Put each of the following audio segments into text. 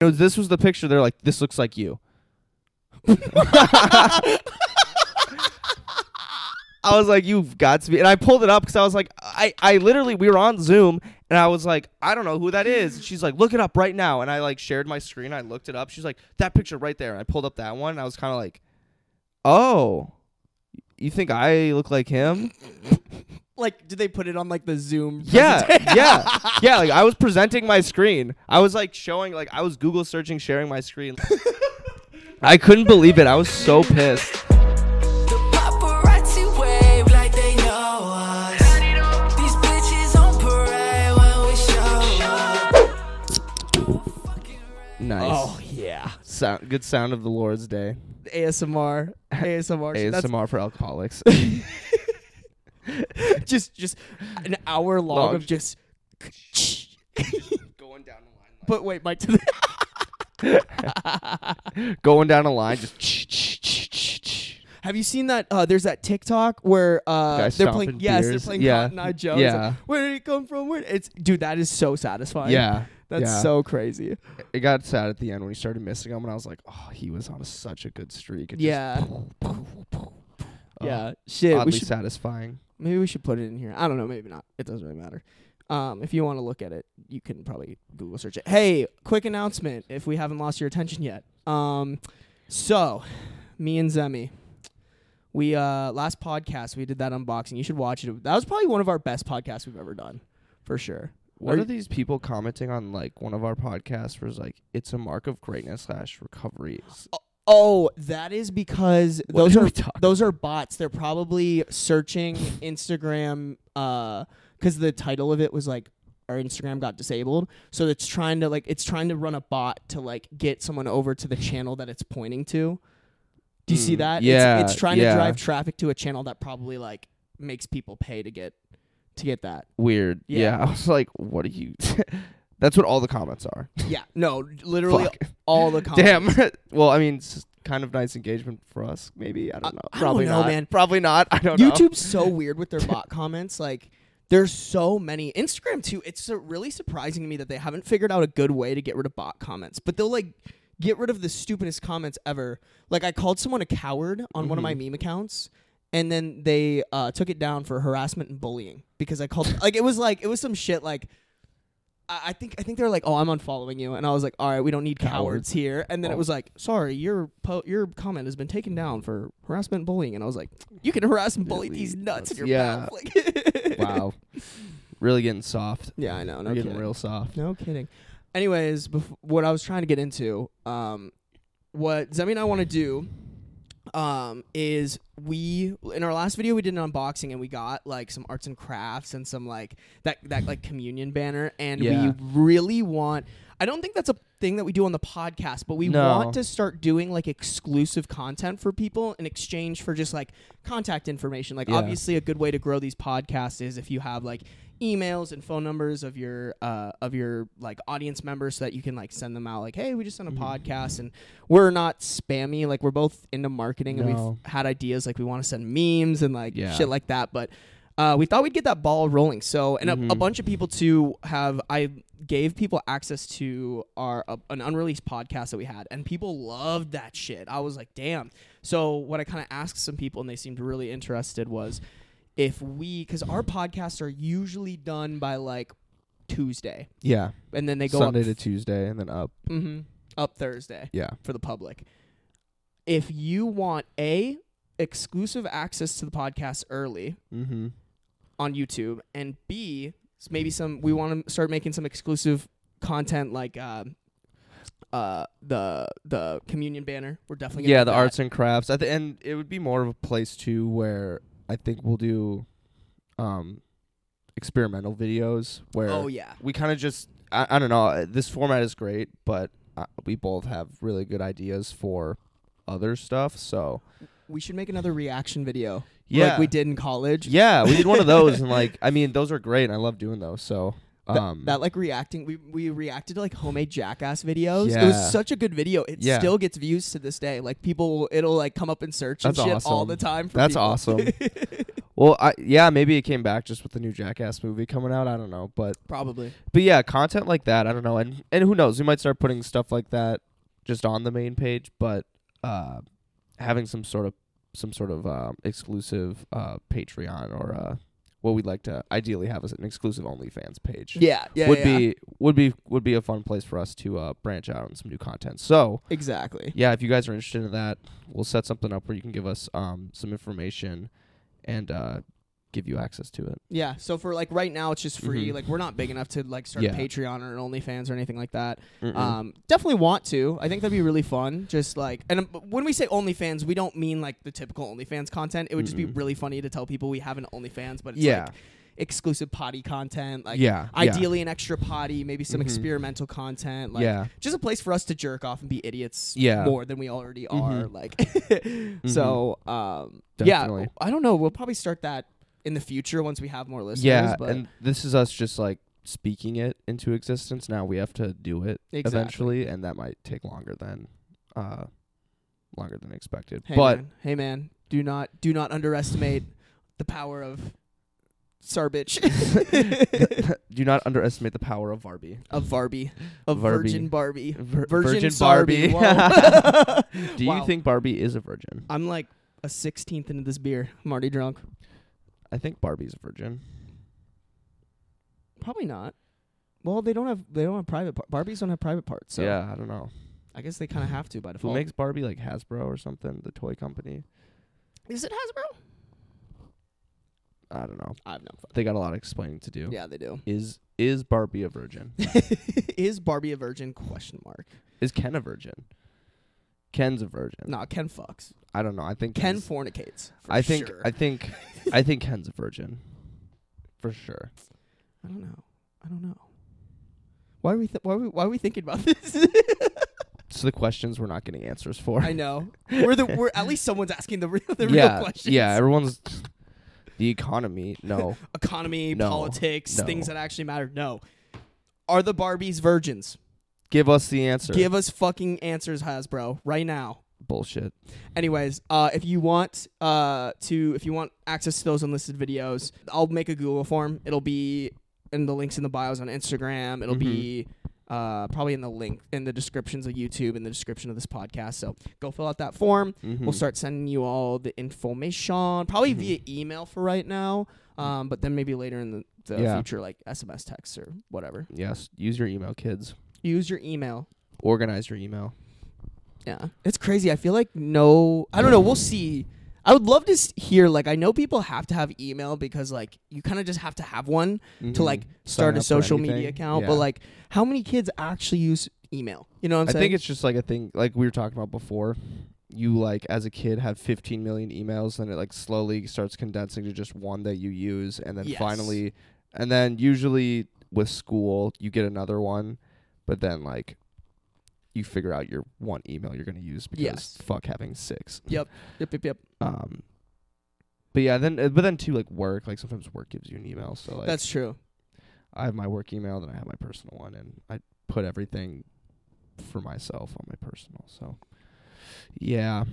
know, this was the picture. They're like, this looks like you. I was like, you've got to be. And I pulled it up because I was like, I, I literally, we were on Zoom and I was like, I don't know who that is. She's like, look it up right now. And I like shared my screen. I looked it up. She's like, that picture right there. And I pulled up that one. And I was kind of like, oh, you think I look like him? Like, did they put it on like the Zoom? Yeah, yeah, yeah. Like I was presenting my screen. I was like showing, like I was Google searching, sharing my screen. I couldn't believe it. I was so pissed. The paparazzi wave like they know us. These bitches on parade when we show up. Nice. Oh yeah. Sound, good sound of the Lord's Day. ASMR. ASMR. That's ASMR for alcoholics. just just an hour long, Long. of just. going down a But wait, Mike. To the- line. Going down a line. Just. Have you seen that? Uh, there's that TikTok where uh, Guy they're playing. stomping Yes, beers. they're playing Yeah. Cotton Eye Joe. It's Yeah. like, Where did it come from? Where? It's dude, that is so satisfying. Yeah. That's yeah. so crazy. It got sad at the end when he started missing him, and I was like, "Oh, he was on such a good streak." It just- Yeah. Oh, yeah. Shit. We oddly should, satisfying. maybe we should put it in here. I don't know. Maybe not. It doesn't really matter. Um, if you want to look at it, you can probably Google search it. Hey, quick announcement! If we haven't lost your attention yet, um, so me and Zemi, we uh, last podcast we did that unboxing. You should watch it. That was probably one of our best podcasts we've ever done, for sure. What Are- are these people commenting on like one of our podcasts? Was like, it's a mark of greatness slash recovery. S- Oh, that is because What those did are we talk those are bots. They're probably searching Instagram uh cuz the title of it was like our Instagram got disabled. So it's trying to like it's trying to run a bot to like get someone over to the channel that it's pointing to. Do you see Mm, that? yeah, It's, it's trying yeah. to drive traffic to a channel that probably like makes people pay to get to get that. Weird. Yeah. Yeah. I was like, what are you? That's what all the comments are. Yeah. No, literally Fuck. all the comments. Damn. well, I mean, it's kind of nice engagement for us. Maybe I don't know. I don't Probably know, not. man. Probably not. I don't know. YouTube's so weird with their bot comments. Like, there's so many. Instagram too. It's uh, really surprising to me that they haven't figured out a good way to get rid of bot comments. But they'll like get rid of the stupidest comments ever. Like, I called someone a coward on one of Mm-hmm. my meme accounts, and then they uh, took it down for harassment and bullying because I called. like, it was like it was some shit like. I I think I think they were like, "Oh, I'm unfollowing you," and I was like, "All right, we don't need cowards, Cowards. here." And then Oh. it was like, "Sorry, your po- your comment has been taken down for harassment and bullying," and I was like, "You can harass and bully Really? these nuts in your Yeah. mouth." Like Wow. Really getting soft. Yeah, I know. No We're getting kidding. real soft. No kidding. Anyways, bef- what I was trying to get into, um, what Zemi and I want to do, um, is we in our last video we did an unboxing and we got like some arts and crafts and some like that that like communion banner and Yeah. we really want. I don't think that's a thing that we do on the podcast, but we No. want to start doing like exclusive content for people in exchange for just like contact information. Like Yeah. obviously a good way to grow these podcasts is if you have like emails and phone numbers of your uh, of your like audience members so that you can like send them out like hey we just sent a Mm-hmm. podcast and we're not spammy like we're both into marketing and No. we've had ideas like we want to send memes and like Yeah. shit like that but uh, we thought we'd get that ball rolling so and a, a Mhm. bunch of people too have i gave people access to our uh, an unreleased podcast that we had and people loved that shit i was like damn so what i kind of asked some people and they seemed really interested was if we because our podcasts are usually done by like tuesday Yeah. and then they go Sunday up, to Tuesday and then up. Mhm, up thursday Yeah. for the public. If you want a exclusive access to the podcast early Mm-hmm. on YouTube, and B s- maybe some we want to start making some exclusive content like uh, uh, the the communion banner. We're definitely gonna yeah do the that. arts and crafts at the end it would be more of a place too where i think we'll do um experimental videos where Oh yeah, we kind of just I, I don't know uh, this format is great but uh, we both have really good ideas for other stuff so we should make another reaction video yeah like we did in college. yeah we did one of those and like i mean those are great and i love doing those so That, Um, that, like reacting, we we reacted to like homemade jackass videos. It Yeah. was such a good video. It Yeah. still gets views to this day. Like people, will- it'll like come up in search and That's shit all awesome. the time. For That's people. awesome. well, I yeah, maybe it came back just with the new Jackass movie coming out. I don't know, but Probably. but yeah, content like that. I don't know, and and who knows? We might start putting stuff like that just on the main page, but uh, having some sort of some sort of um, exclusive uh, Patreon or uh, what we'd like to ideally have is an exclusive OnlyFans page. Yeah. Yeah. would yeah. be would be would be a fun place for us to uh, branch out on some new content. So exactly. yeah, if you guys are interested in that, we'll set something up where you can give us um, some information and uh, give you access to it. Yeah. So for like right now, it's just free. Mhm. Like we're not big enough to like start Yeah. Mm-hmm. a Patreon or an OnlyFans or anything like that. Um, definitely want to. I think that'd be really fun. Just like, and um, but when we say OnlyFans, we don't mean like the typical OnlyFans content. It would just be Mm-mm. really funny to tell people we have an OnlyFans, but it's Mm-hmm. yeah, like exclusive potty content. Like, yeah, ideally an extra potty, maybe some Mhm. experimental content. Like, yeah, just a place for us to jerk off and be idiots Yeah. more than we already are. Mhm. Like, so um, yeah, Definitely. I don't know. We'll probably start that in the future once we have more listeners. yeah. but and this is us just like speaking it into existence. Now we have to do it Exactly. eventually, and that might take longer than uh, longer than expected. Hey but man, hey man, do not do not underestimate the power of Sarbitch do not underestimate the power of Varby. of Barbie of Barbie. Virgin Barbie Vir- Virgin, Barbie. Barbie. Whoa. Do Wow. you think Barbie is a virgin? I'm like a sixteenth into this beer? I'm already drunk. I think Barbie's a virgin. Probably not. Well, they don't have they don't have private par- Barbies don't have private parts. So yeah, I don't know. I guess they kind of have to by Who default. makes Barbie like Hasbro or something? The toy company. Is it Hasbro? I don't know. I have no. fuck- They got a lot of explaining to do. Yeah, they do. Is is Barbie a virgin? Is Barbie a virgin? Question mark. is Ken a virgin? Ken's a virgin. Nah, Ken fucks. I don't know. I think Ken Ken's- fornicates. For I think sure. I think I think Ken's a virgin. For sure. I don't know. I don't know. Why are we th- why are we why are we thinking about this? So the questions we're not getting answers for. I know. We're the we're at least someone's asking the real the yeah, real questions. Yeah, everyone's the economy. No. Economy, No. politics, No. things that actually matter. No. Are the Barbies virgins? Give us the answer. Give us fucking answers, Hasbro, right now. Bullshit. Anyways, uh, if you want uh, to, if you want access to those unlisted videos, I'll make a Google form. It'll be in the links in the bios on Instagram. It'll be uh, probably in the link in the descriptions of YouTube in the description of this podcast. So go fill out that form. We'll Mhm. start sending you all the information, probably via email for right now, um, but then maybe later in the, the Yeah. future, like SMS texts or whatever. Yes. Use your email, kids. Use your email. Organize your email. Yeah, it's crazy. I feel like no, I don't know. We'll see. I would love to s- hear. Like, I know people have to have email because like you kind of just have to have one to Mhm. like Sign start a up for social media anything. account. Yeah. But like, how many kids actually use email? You know what I'm I saying? think it's just like a thing, like we were talking about before. You like as a kid had 15 million emails, and it like slowly starts condensing to just one that you use, and then Yes. finally, and then usually with school you get another one, but then like you figure out your one email you're gonna use because Yes. fuck having six. yep, yep, yep. Um, but yeah, then uh, but then too like work, like sometimes work gives you an email, so like That's true. I have my work email, then I have my personal one, and I put everything for myself on my personal. So, yeah,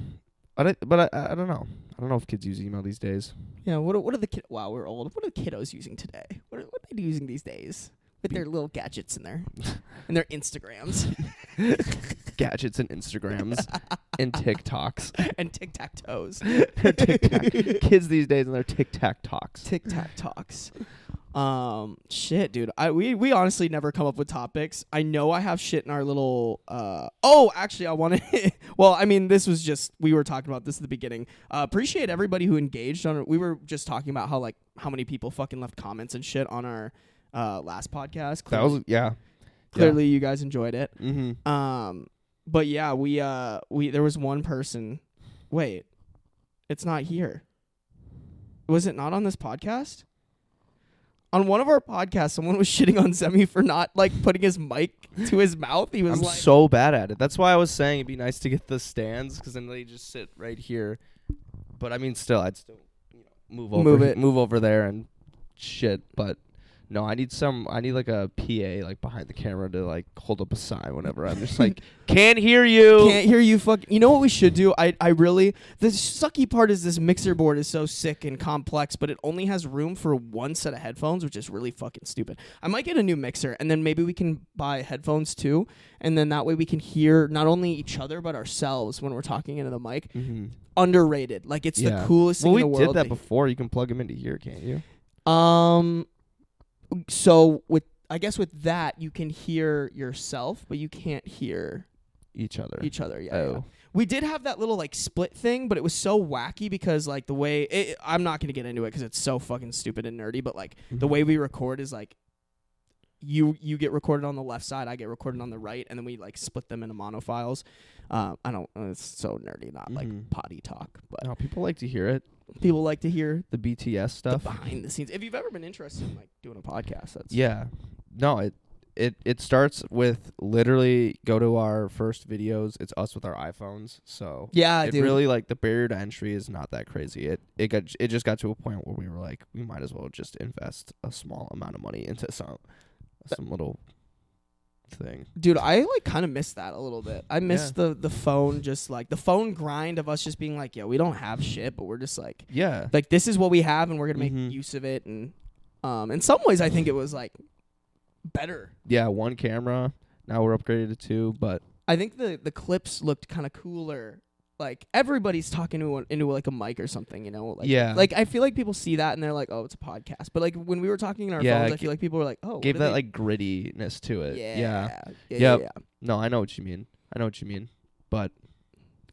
I don't, but I, I don't know. I don't know if kids use email these days. Yeah. What are, what are the kid? Wow, we're old. What are the kiddos using today? What are, what are they using these days with their little gadgets in their and their Instagrams Gadgets and Instagrams and TikToks. and tic tac toes? Their TikTok- kids these days and their Tic Tac talks. Tic Tac talks. Um, shit, dude. I we we honestly never come up with topics. I know I have shit in our little. Uh, oh, actually, I want to. well, I mean, this was just we were talking about this at the beginning. Uh, appreciate everybody who engaged on. We were just talking about how like how many people fucking left comments and shit on our uh last podcast. That was yeah. clearly you guys enjoyed it. Mm-hmm. Um, but yeah, we uh we there was one person. Wait, it's not here. Was it not on this podcast? On one of our podcasts, someone was shitting on Zemi for not like putting his mic to his mouth. He was I'm like, so bad at it. That's why I was saying it'd be nice to get the stands because then they just sit right here. But I mean, still, I'd still you know, move over, Move it. move over there and shit. But No, I need some. I need like a PA like behind the camera to like hold up a sign whenever I'm just like can't hear you. Can't hear you. Fuck. You know what we should do? I I really the sucky part is this mixer board is so sick and complex, but it only has room for one set of headphones, which is really fucking stupid. I might get a new mixer, and then maybe we can buy headphones too, and then that way we can hear not only each other but ourselves when we're talking into the mic. Mhm. Underrated. Like it's Yeah. the coolest Well, thing we in the did world. eh? that before. You can plug them into here, can't you? Um. So with I guess with that you can hear yourself, but you can't hear Each other. each other. Yeah. yeah. Oh. We did have that little like split thing, but it was so wacky because like the way it, I'm not gonna get into it because it's so fucking stupid and nerdy. But like the way we record is like you you get recorded on the left side, I get recorded on the right, and then we like split them into monofiles. Um, I don't. It's so nerdy, not like Mhm. potty talk, but No, people like to hear it. people like to hear The BTS the stuff. behind the scenes. If you've ever been interested in like doing a podcast, that's Yeah. No, it it it starts with literally go to our first videos. It's us with our iPhones. So yeah, it dude. really like the barrier to entry is not that crazy. It it got it just got to a point where we were like, we might as well just invest a small amount of money into some some little thing. dude i like kind of miss that a little bit i miss the the phone just like the phone grind of us just being like yeah we don't have shit but we're just like Yeah. like this is what we have and we're gonna make Mhm. use of it and um in some ways i think it was like better Yeah, one camera. Now we're upgraded to two, but i think the the clips looked kind of cooler like everybody's talking to a, into like a mic or something you know like Yeah. like i feel like people see that and they're like oh it's a podcast but like when we were talking in our Yeah, phones i g- feel like people were like oh gave what that are they- like grittiness to it. yeah yeah. yeah, yeah, Yep. yeah. No, I know what you mean. I know what you mean. But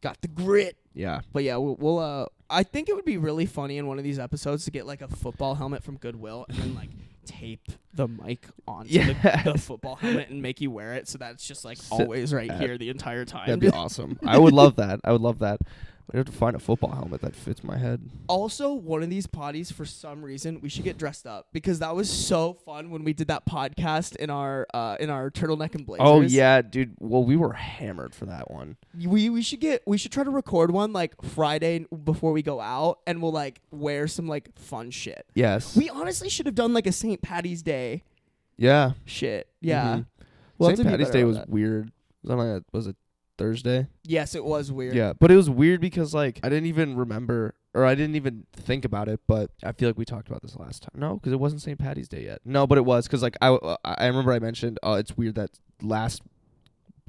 got the grit yeah. But yeah, we'll, we'll uh I think it would be really funny in one of these episodes to get like a football helmet from Goodwill and then like tape the mic onto the, the Yes. football helmet and make you wear it so that it's just like So- always right uh, here the entire time. That'd be awesome. I would love that. I would love that. I'd have to find a football helmet that fits my head. also, one of these potties for some reason we should get dressed up because that was so fun when we did that podcast in our uh in our turtleneck and blazers. Oh yeah, dude. Well, we were hammered for that one. We we should get we should try to record one like Friday before we go out and we'll like wear some like fun shit. Yes. We honestly should have done like a St. Patty's Day yeah. shit. Yeah. Mhm. We'll have St. to be Patty's better Day about was that. weird. Was that like a, was it Thursday? Yes, it was weird. Yeah, but it was weird because like I didn't even remember or I didn't even think about it. But I feel like we talked about this last time. No, because it wasn't St. Patty's Day yet. No, but it was because like I uh, I remember I mentioned uh, it's weird that last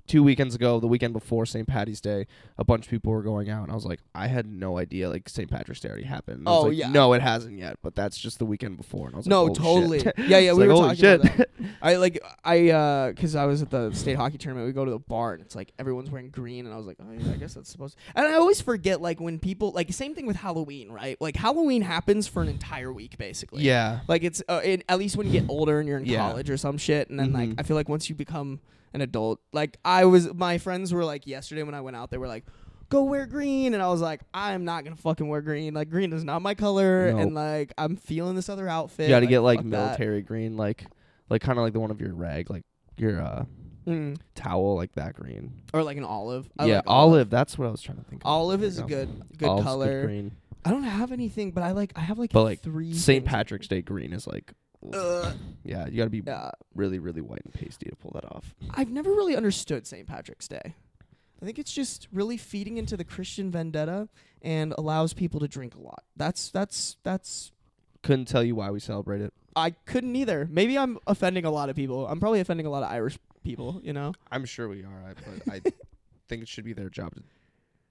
two weekends ago, the weekend before St. Patty's Day, a bunch of people were going out, and I was like, I had no idea like St. Patrick's Day already happened. And I was Oh, like, yeah. no, it hasn't yet. But that's just the weekend before. And I was No, like, "Holy totally. shit." Yeah, yeah, It's like, we were "Holy talking about shit." I like I uh cuz I was at the state hockey tournament, we go to the bar and it's like everyone's wearing green and I was like, "Oh, yeah, I guess that's supposed to." And I always forget like when people like same thing with Halloween, right? Like Halloween happens for an entire week basically. yeah, Like it's uh, in, at least when you get older and you're in Yeah. college or some shit, and then like Mhm. I feel like once you become an adult, like I was, my friends were like yesterday when I went out, they were like, "Go wear green," and I was like, "I'm not gonna fucking wear green. Like green is not my color, Nope. and like I'm feeling this other outfit." you got to get like fuck that. military green, like like kind of like the one of your rag, like your uh Mm. towel like that green. or like an olive. I yeah, like olive. That's what I was trying to think. of. Olive is a There you good good Olive's color. green. I don't have anything, but I like I have like But, like, three St. things. Patrick's Day green is like, Uh, yeah, you got to be yeah. really, really white and pasty to pull that off. I've never really understood St. Patrick's Day. I think it's just really feeding into the Christian vendetta and allows people to drink a lot. That's that's that's Couldn't tell you why we celebrate it. I couldn't either. Maybe I'm offending a lot of people. I'm probably offending a lot of Irish people, you know. I'm sure we are, I- but I think it should be their job to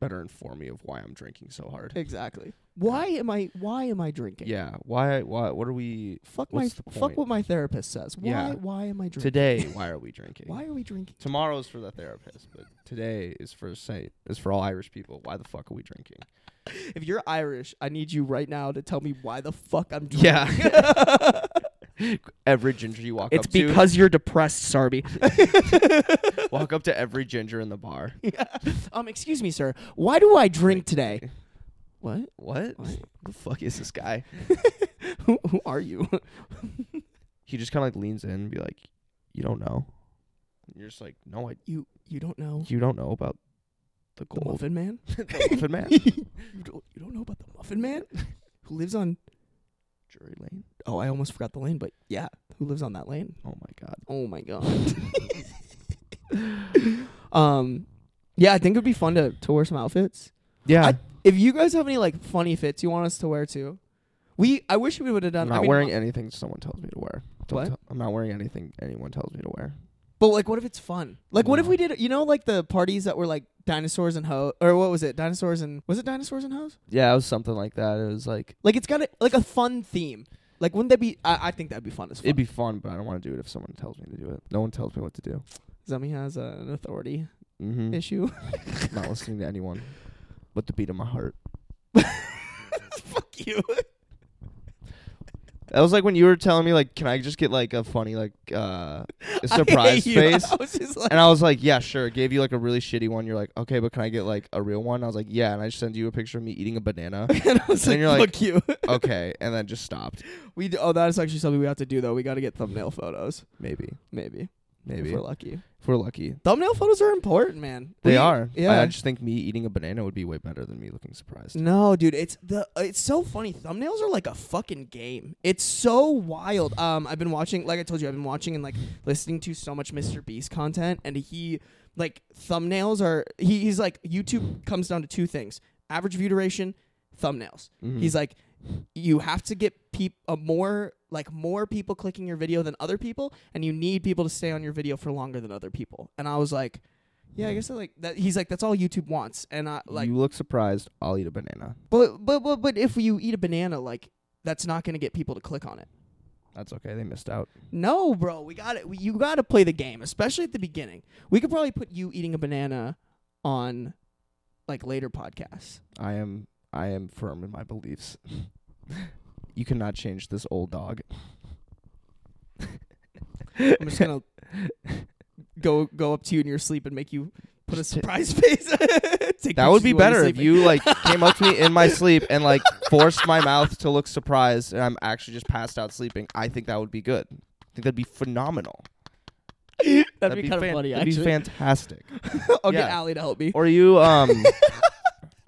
better inform me of why I'm drinking so hard. Exactly. Why am I why am I drinking? Yeah, why? Why? What are we Fuck What's the my fuck point? what my therapist says. Why Yeah. why am I drinking? today? Why are we drinking? Why are we drinking? Tomorrow's for the therapist, but today is for Saint. Is for all Irish people. Why the fuck are we drinking? If you're Irish, I need you right now to tell me why the fuck I'm drinking. Yeah. Every ginger you walk It's up to, because you're depressed, Sarby. walk up to every ginger in the bar. Um, excuse me, sir. Why do I drink today? What? What? What? The fuck is this guy? Who, who are you? He just kind of like leans in and be like, "You don't know." And you're just like, "No, I. you you don't know You don't know about the the gold, Muffin Man? the muffin man." you, don't, you don't know about the Muffin Man who lives on Drury Lane. Oh, I almost forgot the lane, but yeah, who lives on that lane? Oh my god. Oh my god. um, yeah, I think it'd be fun to to wear some outfits. Yeah. I- If you guys have any like funny fits you want us to wear too, we I wish we would have done. I'm not I mean, wearing anything someone tells me to wear. Don't What? tell- I'm not wearing anything anyone tells me to wear. But like, what if it's fun? Like, what if No. we did? You know, like the parties that were like dinosaurs and hoes, or what was it? Dinosaurs and was it dinosaurs and hoes? Yeah, it was something like that. It was like Like, it's got a, like a fun theme. Like, wouldn't that be? I, I think that'd be fun as fuck. it'd be fun, but I don't want to do it if someone tells me to do it. No one tells me what to do. Zemi has uh, an authority Mm-hmm. issue. not listening to anyone. But the beat of my heart. Fuck you. That was like when you were telling me like, can I just get like a funny like uh a I hate surprise you. face? I was just like, And I was like, yeah, sure. Gave you like a really shitty one. You're like, okay, but can I get like a real one? I was like, yeah. And I just send you a picture of me eating a banana. and I was and like, then you're like- fuck you. okay, and then just stopped. we do, oh, that is actually something we have to do though. We got to get thumbnail photos. Maybe, Maybe, maybe if we're lucky. lucky, Thumbnail photos are important, man. they We- are. Yeah. I, I just think me eating a banana would be way better than me looking surprised. No, dude, it's the uh, it's so funny. Thumbnails are like a fucking game. It's so wild. Um, I've been watching, like I told you, I've been watching and like listening to so much Mr. Beast content, and he like thumbnails are he, he's like YouTube comes down to two things: average view duration, thumbnails. Hmm. Mm-hmm. He's uh, like, you have to get peop- a more like more people clicking your video than other people, and you need people to stay on your video for longer than other people. And I was like, yeah, I guess I like that. He's like, that's all YouTube wants, and I like. you look surprised. I'll eat a banana. But but but but if you eat a banana, like that's not gonna get people to click on it. That's okay. They missed out. No, bro, we got it. You got to play the game, especially at the beginning. We could probably put you eating a banana on like later podcasts. I am. I am firm in my beliefs. you cannot change this old dog. I'm just gonna go go up to you in your sleep and make you put a Just ta- surprise face. Take That pictures would be of while you're better if sleeping. you like came up to me in my sleep and like forced my mouth to look surprised, and I'm actually just passed out sleeping. I think that would be good. I think that'd be phenomenal. That'd, be, kind of fan- funny. That'd Actually, be fantastic. I'll get yeah. Allie to help me. Or you um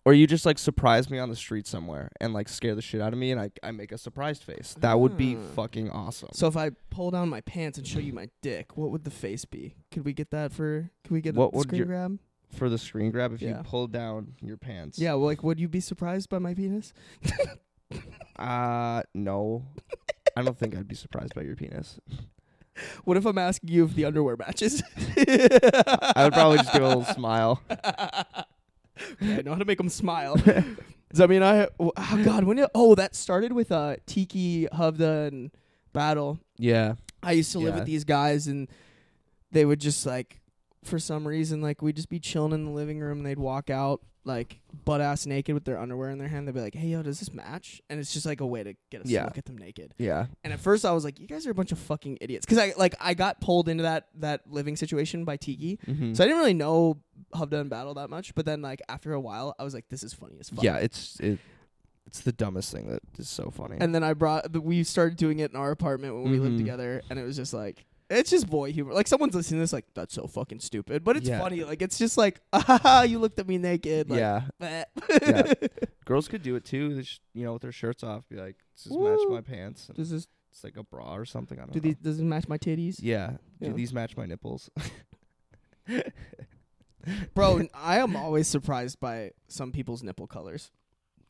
or you just like surprise me on the street somewhere and like scare the shit out of me and I I make a surprised face. That would be Ah. fucking awesome. So if I pull down my pants and show you my dick, what would the face be? Could we get that for? Could we get What a would screen your- grab? For the screen grab if Yeah. you pull down your pants. Yeah, well, like, would you be surprised by my penis? Uh no. I don't think I'd be surprised by your penis. What if I'm asking you if the underwear matches? I would probably just give a little smile. I know how to make them smile. Does that mean I? Oh God, when did? Oh, that started with uh, Tiki Hovda and Battle. Yeah. I used to live Yeah. with these guys, and they would just like, for some reason, like we'd just be chilling in the living room, and they'd walk out like butt ass naked with their underwear in their hand. They'd be like, "Hey, yo, does this match?" And it's just like a way to get us Yeah. to look at them naked. Yeah. And at first, I was like, "You guys are a bunch of fucking idiots," because I like I got pulled into that that living situation by Tiki, Mm-hmm. so I didn't really know Hovda and Battle that much. But then, like after a while, I was like, "This is funny as fuck." yeah, it's it it's the dumbest thing that is so funny. And then I brought but we started doing it in our apartment when we lived Mhm. together, and it was just like it's just boy humor. Like someone's listening to this, like that's so fucking stupid, but it's Yeah. funny. Like it's just like, ah, you looked at me naked. Like, yeah. bleh. Yeah. Girls could do it too. They sh- you know, with their shirts off, be like, "Does this match Woo. my pants?" And does this it's like a bra or something. I don't do know. these does this match my titties, Yeah. Yeah. Do these match my nipples? bro? n- I am always surprised by some people's nipple colors.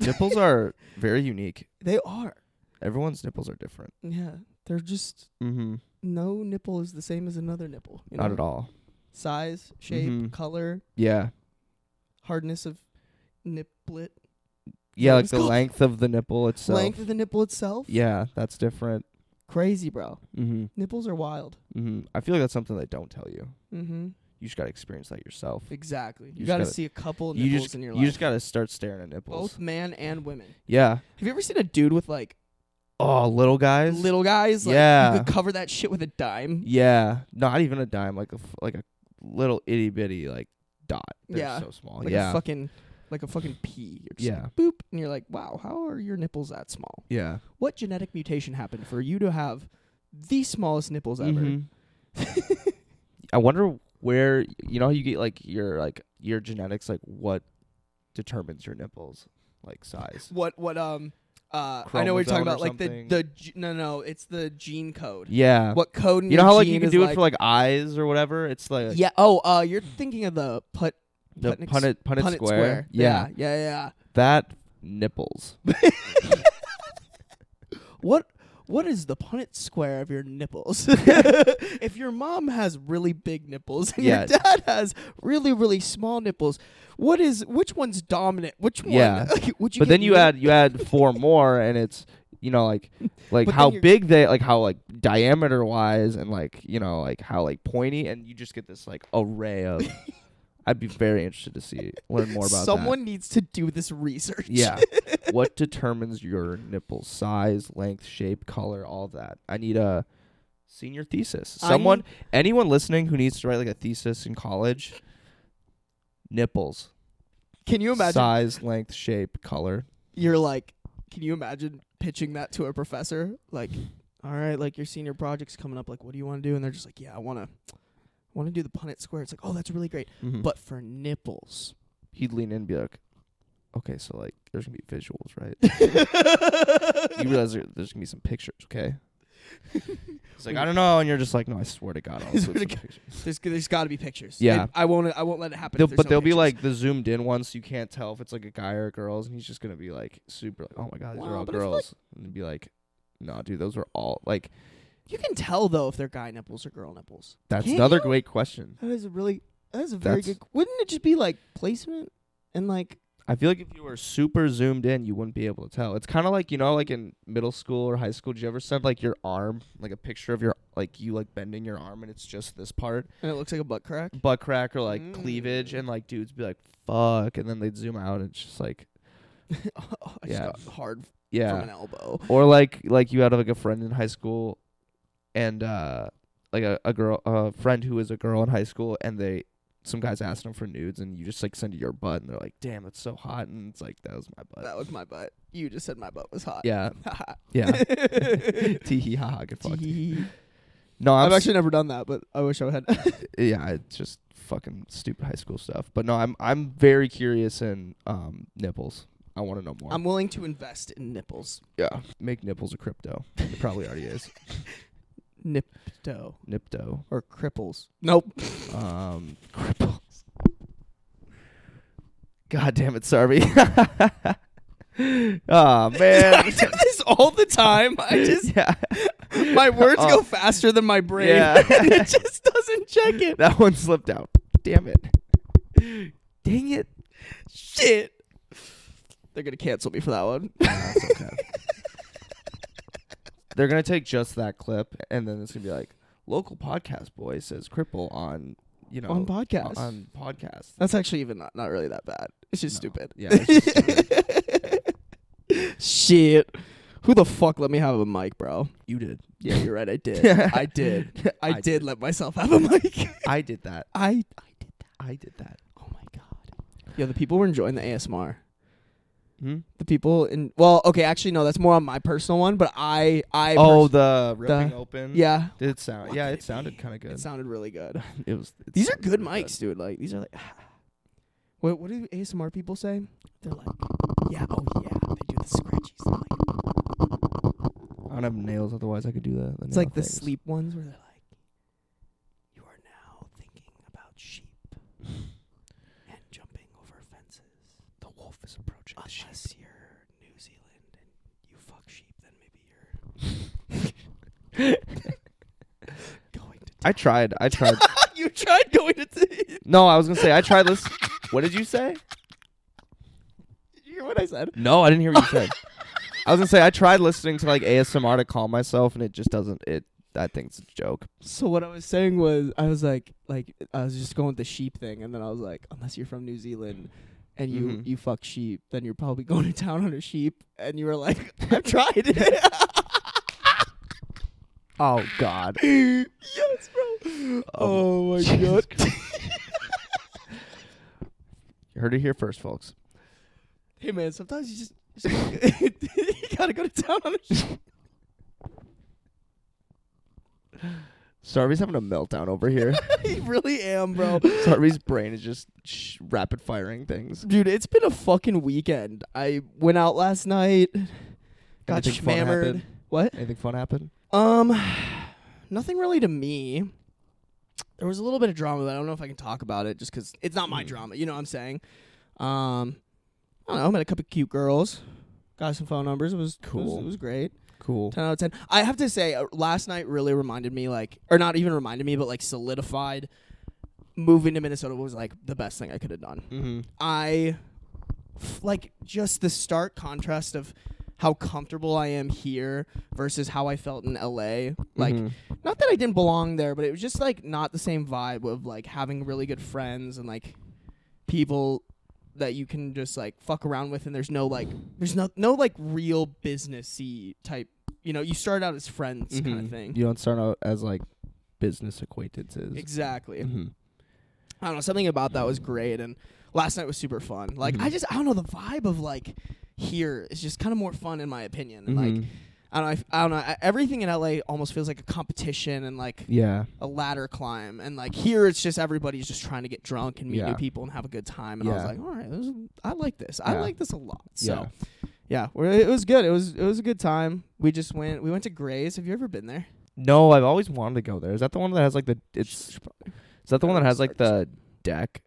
nipples are very unique. They are. Everyone's nipples are different. Yeah, they're just Mm-hmm. no nipple is the same as another nipple. you Not know? at all. Size, shape, Mhm. color, Yeah. hardness of niplet, Yeah, what like it's the called. length of the nipple itself. length of the nipple itself. Yeah, that's different. Crazy, bro. Mm-hmm. Nipples are wild. Mm-hmm. I feel like that's something they don't tell you. Mm-hmm. You just gotta experience that yourself. Exactly. You, just got to gotta- see a couple nipples You just in your you life. just gotta start staring at nipples. Both man and women. Yeah. Have you ever seen a dude with like Oh, little guys. little guys? Like, You Yeah. could cover that shit with a dime. Yeah, not even a dime, like a f- like a little itty bitty like dot. They're Yeah. so small. Like yeah, a fucking, like a fucking pea. You're just yeah, like, boop, and you're like, wow, how are your nipples that small? yeah. What genetic mutation happened for you to have the smallest nipples ever? Mm-hmm. Mhm. I wonder where you know how you get like your like your genetics like what determines your nipples like size. What what um Uh, I know we're Chromosome talking about or like the something. the g- no no it's the gene code. Yeah. What code? in you know your how like gene you can is do it for like eyes or whatever. It's like yeah. Oh, uh, you're thinking of the put the Putnick- Punnett Punnett, Punnett square. Yeah. yeah, yeah, yeah. that nipples. What what is the Punnett square of your nipples? if your mom has really big nipples and Yeah. your dad has really really small nipples, what is which one's dominant? Which one? Yeah. Like, would you but get then you nip- add you add four more, and it's you know like like But how then you're- big they like how like diameter wise and like you know like how like pointy, and you just get this like array of. I'd be very interested to see learn more about that. Someone needs to do this research. Yeah. what determines your nipple size, length, shape, color, all that? I need a senior thesis. I- Someone, anyone listening who needs to write like a thesis in college, nipples, Can you imagine? size, length, shape, color. You're like, can you imagine pitching that to a professor? Like, all right, like your senior project's coming up. Like, what do you want to do? And they're just like, yeah, I want to, want to do the Punnett square. It's like, oh, that's really great. But But for nipples, he'd lean in and be like, okay, so like there's gonna be visuals, right? you realize there, there's gonna be some pictures, okay? He's like, I don't know, and you're just like, no, I swear to God, I'll include Swear to some God. pictures. There's there's got to be pictures. Yeah. And I won't I won't let it happen. They'll- if there's but no they'll be pictures. like the zoomed in ones you can't tell if it's like a guy or a girl, and he's just gonna be like super like, oh my god, these are Wow, all but I feel girls, and be like, no, dude, those are all like. you can tell though if they're guy nipples or girl nipples. That's Can't another you? great question. That is a really that is a very That's- good. Wouldn't it just be like placement and like I feel like if you were super zoomed in, you wouldn't be able to tell. It's kind of like you know, like in middle school or high school, did you ever send like your arm, like a picture of your like you like bending your arm, and it's just this part, and it looks like a butt crack? butt crack or like cleavage, Mm. and like dudes be like, fuck, and then they'd zoom out, and it's just like, oh, I just Yeah. got hard yeah, from an elbow. or like like you had like a friend in high school and uh like a, a girl a friend who was a girl in high school and they some guys asked them for nudes and you just like send it your butt and they're like damn that's so hot and it's like that was my butt That was my butt. You just said my butt was hot. yeah yeah tee hee ha ha good fuck no I've I'm s- actually never done that, but I wish I had. yeah it's just fucking stupid high school stuff but no I'm I'm very curious in um nipples I want to know more I'm willing to invest in nipples. yeah make nipples a crypto it probably already is Nipto nipto or cripples. Nope. Um, cripples. God damn it, Sarby. oh I man. do this all the time. I just yeah. my words Oh. go faster than my brain. Yeah. and it just doesn't check it. That one slipped out. Damn it. Dang it. Shit. They're gonna cancel me for that one. Nah, it's okay. They're gonna take just that clip, and then it's gonna be like local podcast boy says cripple on you know On podcast. on podcast. That's actually even not, not really that bad. It's just No. stupid. Yeah. it's just stupid. Shit. Who the fuck let me have a mic, bro? you did. Yeah, you're right. I did. I did. I, I did, did. let myself have a mic. I did that. I I did that. I did that. Oh my god. Yo, the people were enjoying the ASMR. Hmm? The people in well, okay, actually no, that's more on my personal one, but I I Oh, pers- the ripping open. yeah, Did it sound? What yeah, could it it sounded be? kind of good. it sounded really good. it was. it These are sounded good really mics, dude. Like these are like, what what do ASMR people say? They're like, yeah, oh yeah, they do the scratchy sound. Like, I don't have nails, otherwise I could do that. it's like the sleep ones where they're like, you are now thinking about sheep and jumping over fences. The wolf is approaching. Unless you're New Zealand and you fuck sheep, then maybe you're going to. I tried. I tried. you tried going to. T- Did no, I was gonna say I tried this. What did you say? you hear what I said? No, I didn't hear what you said. I was gonna say I tried listening to like ASMR to calm myself, and it just doesn't. It I think it's a joke. So what I was saying was I was like like I was just going with the sheep thing and then I was like unless you're from New Zealand and you Mhm. you fuck sheep then you're probably going to town on a sheep and you were like I've tried it. Oh God. yes, bro. Oh, my Um, Jesus god. You heard it here first, folks. hey man, sometimes you just you gotta go to town on a sheep. Sarvy's having a meltdown over here. I really am, bro. Sarvy's brain is just sh- rapid firing things. Dude, it's been a fucking weekend. I went out last night. Got Anything fun schmammered. happen? What? Anything fun happen? Um, nothing really to me. There was a little bit of drama, but I don't know if I can talk about it just because it's not my drama. You know what I'm saying? Um, I don't know. I met a couple cute girls, got some phone numbers. It was It was, Cool. it was great. Cool. Ten out of ten. I have to say, uh, last night really reminded me, like, or not even reminded me, but like solidified. Moving to Minnesota was like the best thing I could have done. Mm-hmm. I f- like just the stark contrast of how comfortable I am here versus how I felt in LA. Like Mhm. not that I didn't belong there, but it was just like not the same vibe of like having really good friends and like people that you can just like fuck around with and there's no like there's no no like real businessy type you know, you start out as friends kind of thing. mm-hmm. You don't start out as like business acquaintances. Exactly. Mhm. I don't know, something about that was great and last night was super fun. Like Mm-hmm. I just I don't know the vibe of like here is just kind of more fun in my opinion. And Mhm. like I don't know, I f- I, don't know. I, everything in LA almost feels like a competition and like yeah. a ladder climb and like here it's just everybody's just trying to get drunk and meet Yeah. new people and have a good time and I was Yeah. like, "All right, this is, I like this. I Yeah. like this a lot." So, yeah, we're it was good. It was it was a good time. We just went we went to Grays. Have you ever been there? No, I've always wanted to go there. Is that the one that has like the it's Is that the one that has like the deck?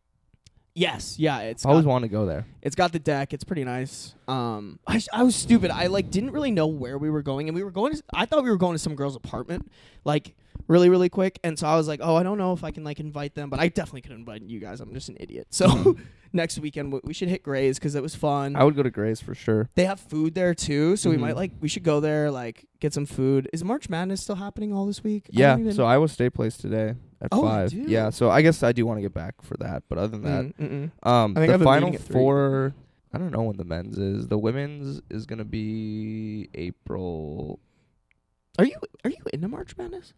Yes, yeah, it's I always wanted to go there. It's got the deck. It's pretty nice. Um, I, sh- I was stupid. I like didn't really know where we were going, and we were going. To, I thought we were going to some girl's apartment, like really really quick. And so I was like, oh, I don't know if I can like invite them, but I definitely could invite you guys. I'm just an idiot. So next weekend we- we should hit Grays because it was fun. I would go to Gray's for sure. they have food there too, so Mhm. we might like we should go there like get some food. Is March Madness still happening all this week? I Yeah. don't even- So Iowa State plays today at Oh, I five. do. Yeah. So I guess I do want to get back for that. But other than that, Mm, mm-mm. um, I think I have the a final meeting at three. four. I don't know when the men's is. The women's is gonna be April. are you are you into March Madness?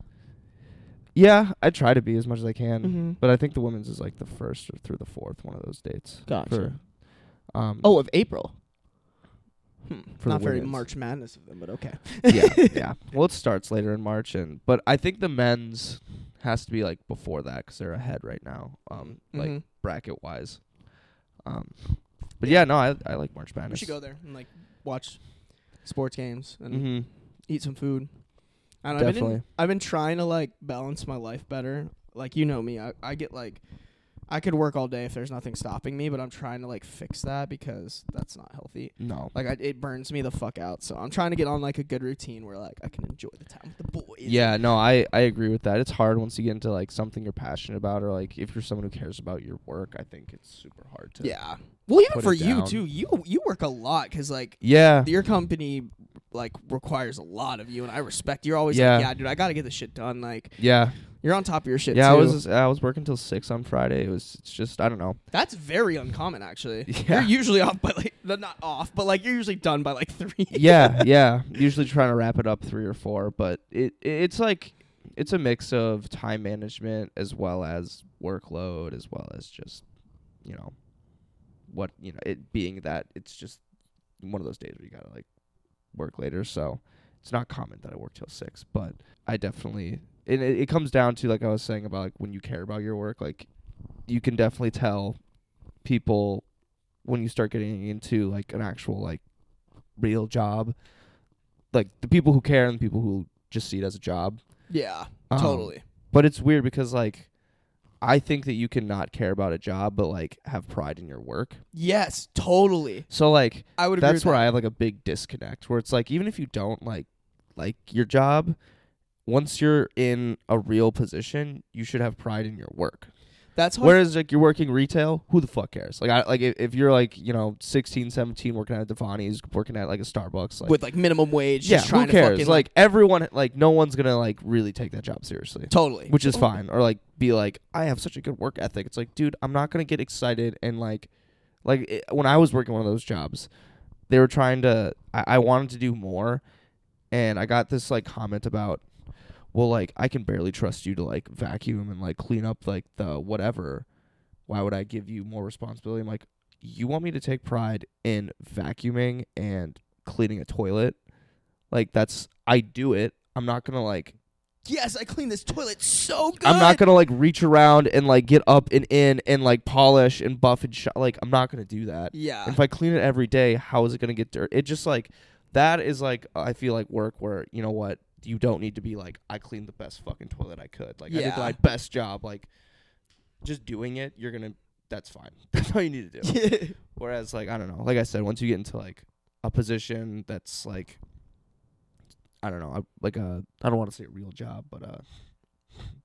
Yeah, I try to be as much as I can, Mhm. but I think the women's is like the first or through the fourth, one of those dates. Gotcha. For, um, Oh, of April. Hmm. For Not the very women's. March Madness of them, but okay. yeah, yeah. Well, it starts later in March, and but I think the men's has to be like before that because they're ahead right now, um, like Mhm. bracket wise. Um, but yeah, no, I I like March Madness. we should go there and like watch sports games and hmm eat some food. I don't know, I've been, Definitely. in- I've been trying to like balance my life better. Like you know me, I, I get like I could work all day if there's nothing stopping me, but I'm trying to like fix that because that's not healthy. No. Like I, it burns me the fuck out. So I'm trying to get on like a good routine where like I can enjoy the time with the boys. Yeah, no, I I agree with that. It's hard once you get into like something you're passionate about, or like if you're someone who cares about your work. I think it's super hard to. Yeah. Well, even Put for it you down. too. You you work a lot because like Yeah. your company like requires a lot of you and I respect you're always Yeah. like, Yeah, dude, I gotta get this shit done. Like Yeah. you're on top of your shit Yeah, too. I was I was working till six on Friday. It was it's just I don't know. That's very uncommon actually. Yeah. You're usually off by like no, not off, but like you're usually done by like three. Yeah, yeah. Usually trying to wrap it up three or four, but it it's like it's a mix of time management as well as workload as well as just you know what you know it being that it's just one of those days where you gotta like work later. So it's not common that I work till six, but I definitely and it, it comes down to like I was saying about like when you care about your work, like you can definitely tell people when you start getting into like an actual like real job, like the people who care and the people who just see it as a job. Yeah. Um, totally. But it's weird because like I think that you can not care about a job but like have pride in your work. Yes, totally. So like I would agree that's with where that. I have like a big disconnect where it's like even if you don't like like your job, once you're in a real position, you should have pride in your work. that's hard. Whereas like you're working retail, who the fuck cares? Like I like if, if you're like, you know, 16, 17 working at a Devani's, working at like a Starbucks, like with like minimum wage, yeah, just trying who cares? to fucking like everyone like no one's going to like really take that job seriously. totally. Which is fine or like be like I have such a good work ethic. It's like, dude, I'm not going to get excited and like like it, when I was working one of those jobs, they were trying to I, I wanted to do more and I got this like comment about well like I can barely trust you to like vacuum and like clean up like the whatever. Why would I give you more responsibility? I'm like, you want me to take pride in vacuuming and cleaning a toilet? Like that's I do it. I'm not going to like Yes, I clean this toilet so good. I'm not gonna like reach around and like get up and in and like polish and buff and shot. Like I'm not gonna do that. Yeah. If I clean it every day, how is it gonna get dirty? It just like that is like I feel like work where you know what you don't need to be like I cleaned the best fucking toilet I could. Like I did Yeah. my best job. Like just doing it, you're gonna. That's fine. That's all you need to do. Whereas, like, I don't know. Like I said, once you get into like a position that's like, I don't know, uh, like a I don't want to say a real job, but a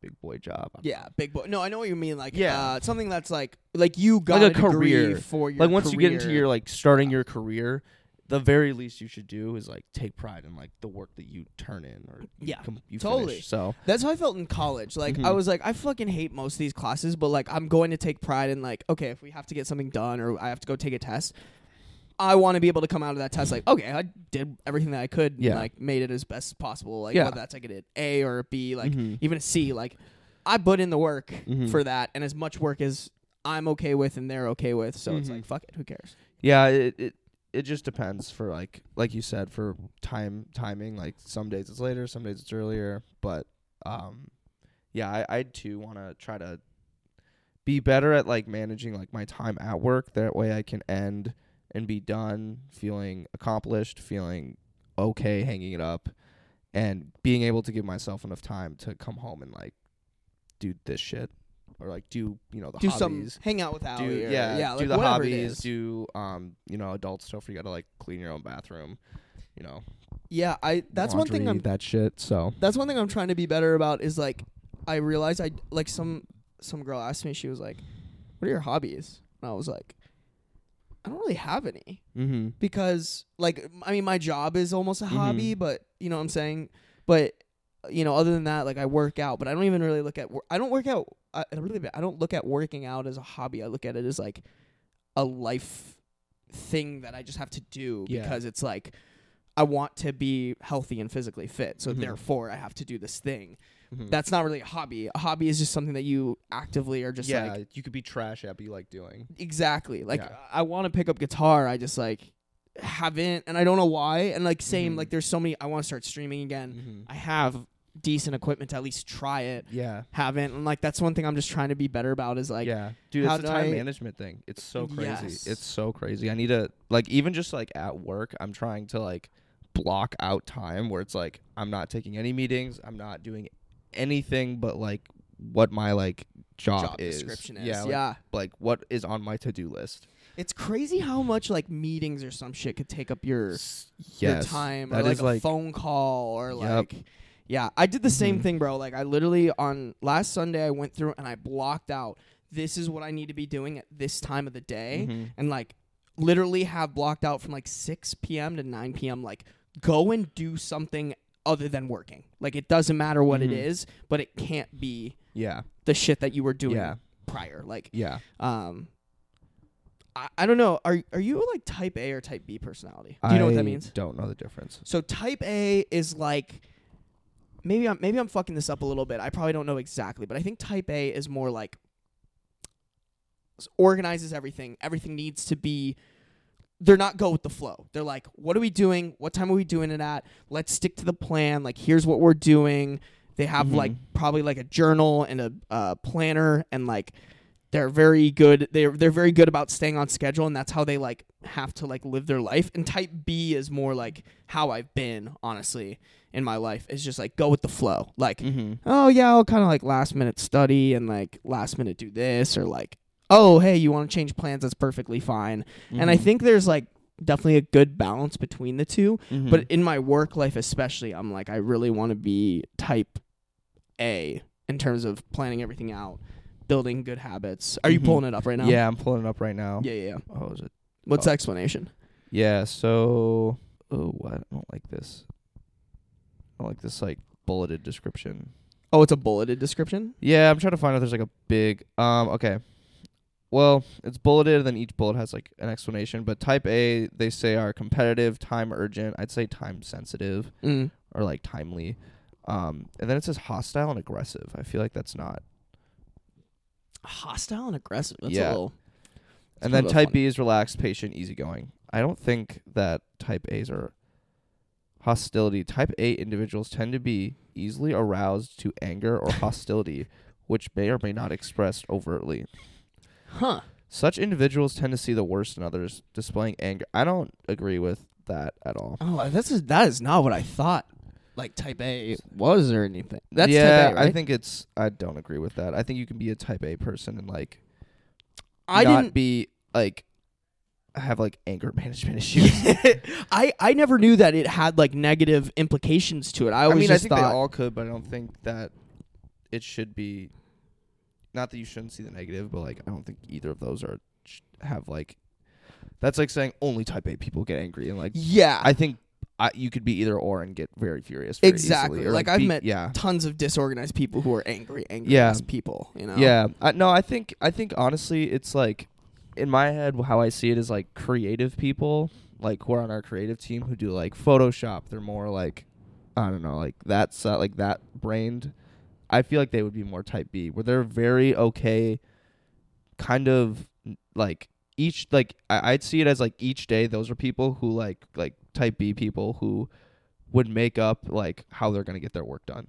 big boy job. yeah, big boy. No, I know what you mean. Like, Yeah. uh, something that's like, like you got Like a a, degree career. for your Like once you get into career. your like starting your career, the very least you should do is like take pride in like the work that you turn in or you Yeah, com- you totally. Finish, so That's how I felt in college. Like I Mhm. was like, I fucking hate most of these classes, but like I'm going to take pride in like, okay, if we have to get something done or I have to go take a test, I want to be able to come out of that test like, okay, I did everything that I could, and, Yeah. like made it as best as possible. Like Yeah. whether that's like an A or a B, like Mhm. even a C, like I put in the work Mhm. for that and as much work as I'm okay with and they're okay with. So it's Mhm. like, fuck it, who cares? yeah, it, it it just depends for like like you said for time timing. Like some days it's later, some days it's earlier. But um, yeah, I, I too want to try to be better at like managing like my time at work. That way I can end and be done feeling accomplished, feeling okay, hanging it up, and being able to give myself enough time to come home and like do this shit or like do you know the Do hobbies some hang out with do Allie or, yeah, yeah, like, do the whatever it hobbies is. do um you know adult stuff where you gotta like clean your own bathroom you know Yeah, I that's one thing laundry, I'm that shit so that's one thing I'm trying to be better about is like I realized I like some some girl asked me she was like, "What are your hobbies?" And I was like, "I don't really have any mm-hmm because like I mean my job is almost a hobby, but you know what I'm saying, but uh, you know other than that like I work out, but I don't even really look at wor- I don't work out I, I really I don't look at working out as a hobby. I look at it as like a life thing that I just have to do Yeah. because it's like I want to be healthy and physically fit. So Mhm. therefore I have to do this thing. Mm. That's not really a hobby. A hobby is just something that you actively are just yeah like you could be trash at but you like doing exactly. Like Yeah. I want to pick up guitar. I just like haven't and I don't know why. And like same Mhm. like there's so many I want to start streaming again. mm-hmm. I have decent equipment to at least try it. yeah Haven't and like that's one thing I'm just trying to be better about is like yeah dude it's how a do time I- management thing it's so crazy Yes. it's so crazy i need to like even just like at work i'm trying to like block out time where it's like i'm not taking any meetings i'm not doing anything but like what my like job, job is description is. yeah like, yeah. like what is on my to-do list It's crazy how much like meetings or some shit could take up your yes your time or That like is, a phone call or Yep. like yeah i did the same Mhm. thing bro like i literally on last sunday i went through and i blocked out this is what i need to be doing at this time of the day Mhm. and like literally have blocked out from like 6 p.m to 9 p.m like go and do something other than working like it doesn't matter what it Mhm. is but it can't be yeah the shit that you were doing Yeah. prior like yeah um I, I don't know are are you a, like type a or type b personality do you know what I that means don't know the difference so type A is like maybe I'm maybe I'm fucking this up a little bit. I probably don't know exactly, but I think type A is more like s- organizes everything. Everything needs to be they're not go with the flow. They're like, what are we doing? What time are we doing it at? Let's stick to the plan. Like here's what we're doing. They have Mhm. like probably like a journal and a uh, planner and like they're very good they're they're very good about staying on schedule and that's how they like have to like live their life and type b is more like how i've been honestly in my life is just like go with the flow like mm-hmm. oh yeah i'll kind of like last minute study and like last minute do this or like oh hey you want to change plans that's perfectly fine and Mm-hmm. i think there's like definitely a good balance between the 2 Hmm. but in my work life especially i'm like i really want to be type a in terms of planning everything out building good habits are you Mhm. pulling it up right now yeah i'm pulling it up right now yeah yeah, yeah. oh is it what's Oh. the explanation yeah so oh what i don't like this i don't like this like bulleted description oh it's a bulleted description Yeah, I'm trying to find out if there's like a big um okay. Well, it's bulleted and then each bullet has like an explanation, but type A they say are competitive, time urgent, I'd say time sensitive mm. or like timely. Um and then it says hostile and aggressive. I feel like that's not. hostile and aggressive that's a Yeah. little and kind then of a type fun- B is relaxed, patient, easygoing. I don't think that type A's are hostility. Type A individuals tend to be easily aroused to anger or hostility, which may or may not express overtly. huh Such individuals tend to see the worst in others, displaying anger. I don't agree with that at all. Oh, that's is that is not what I thought. Like type A was or anything. That's yeah, type A, right? I think it's. I don't agree with that. I think you can be a type A person and like I not didn't. be like have like anger management issues. I I never knew that it had like negative implications to it. I I, always mean, I just think thought. they all could, but I don't think that it should be. Not that you shouldn't see the negative, but like I don't think either of those are sh- have like. That's like saying only type A people get angry and like yeah, I think I, you could be either or and get very furious. Very Exactly. easily, or, Like, I've be- met Yeah. tons of disorganized people who are angry, angry Yeah. ass people. You know. Yeah. I, no, I think I think honestly, it's like in my head how I see it is like creative people, like who are on our creative team who do like Photoshop. They're more like I don't know, like that's uh, like that brained. I feel like they would be more type B, where they're very okay, kind of like each like I, I'd see it as like each day those are people who like like type B people who would make up like how they're gonna get their work done.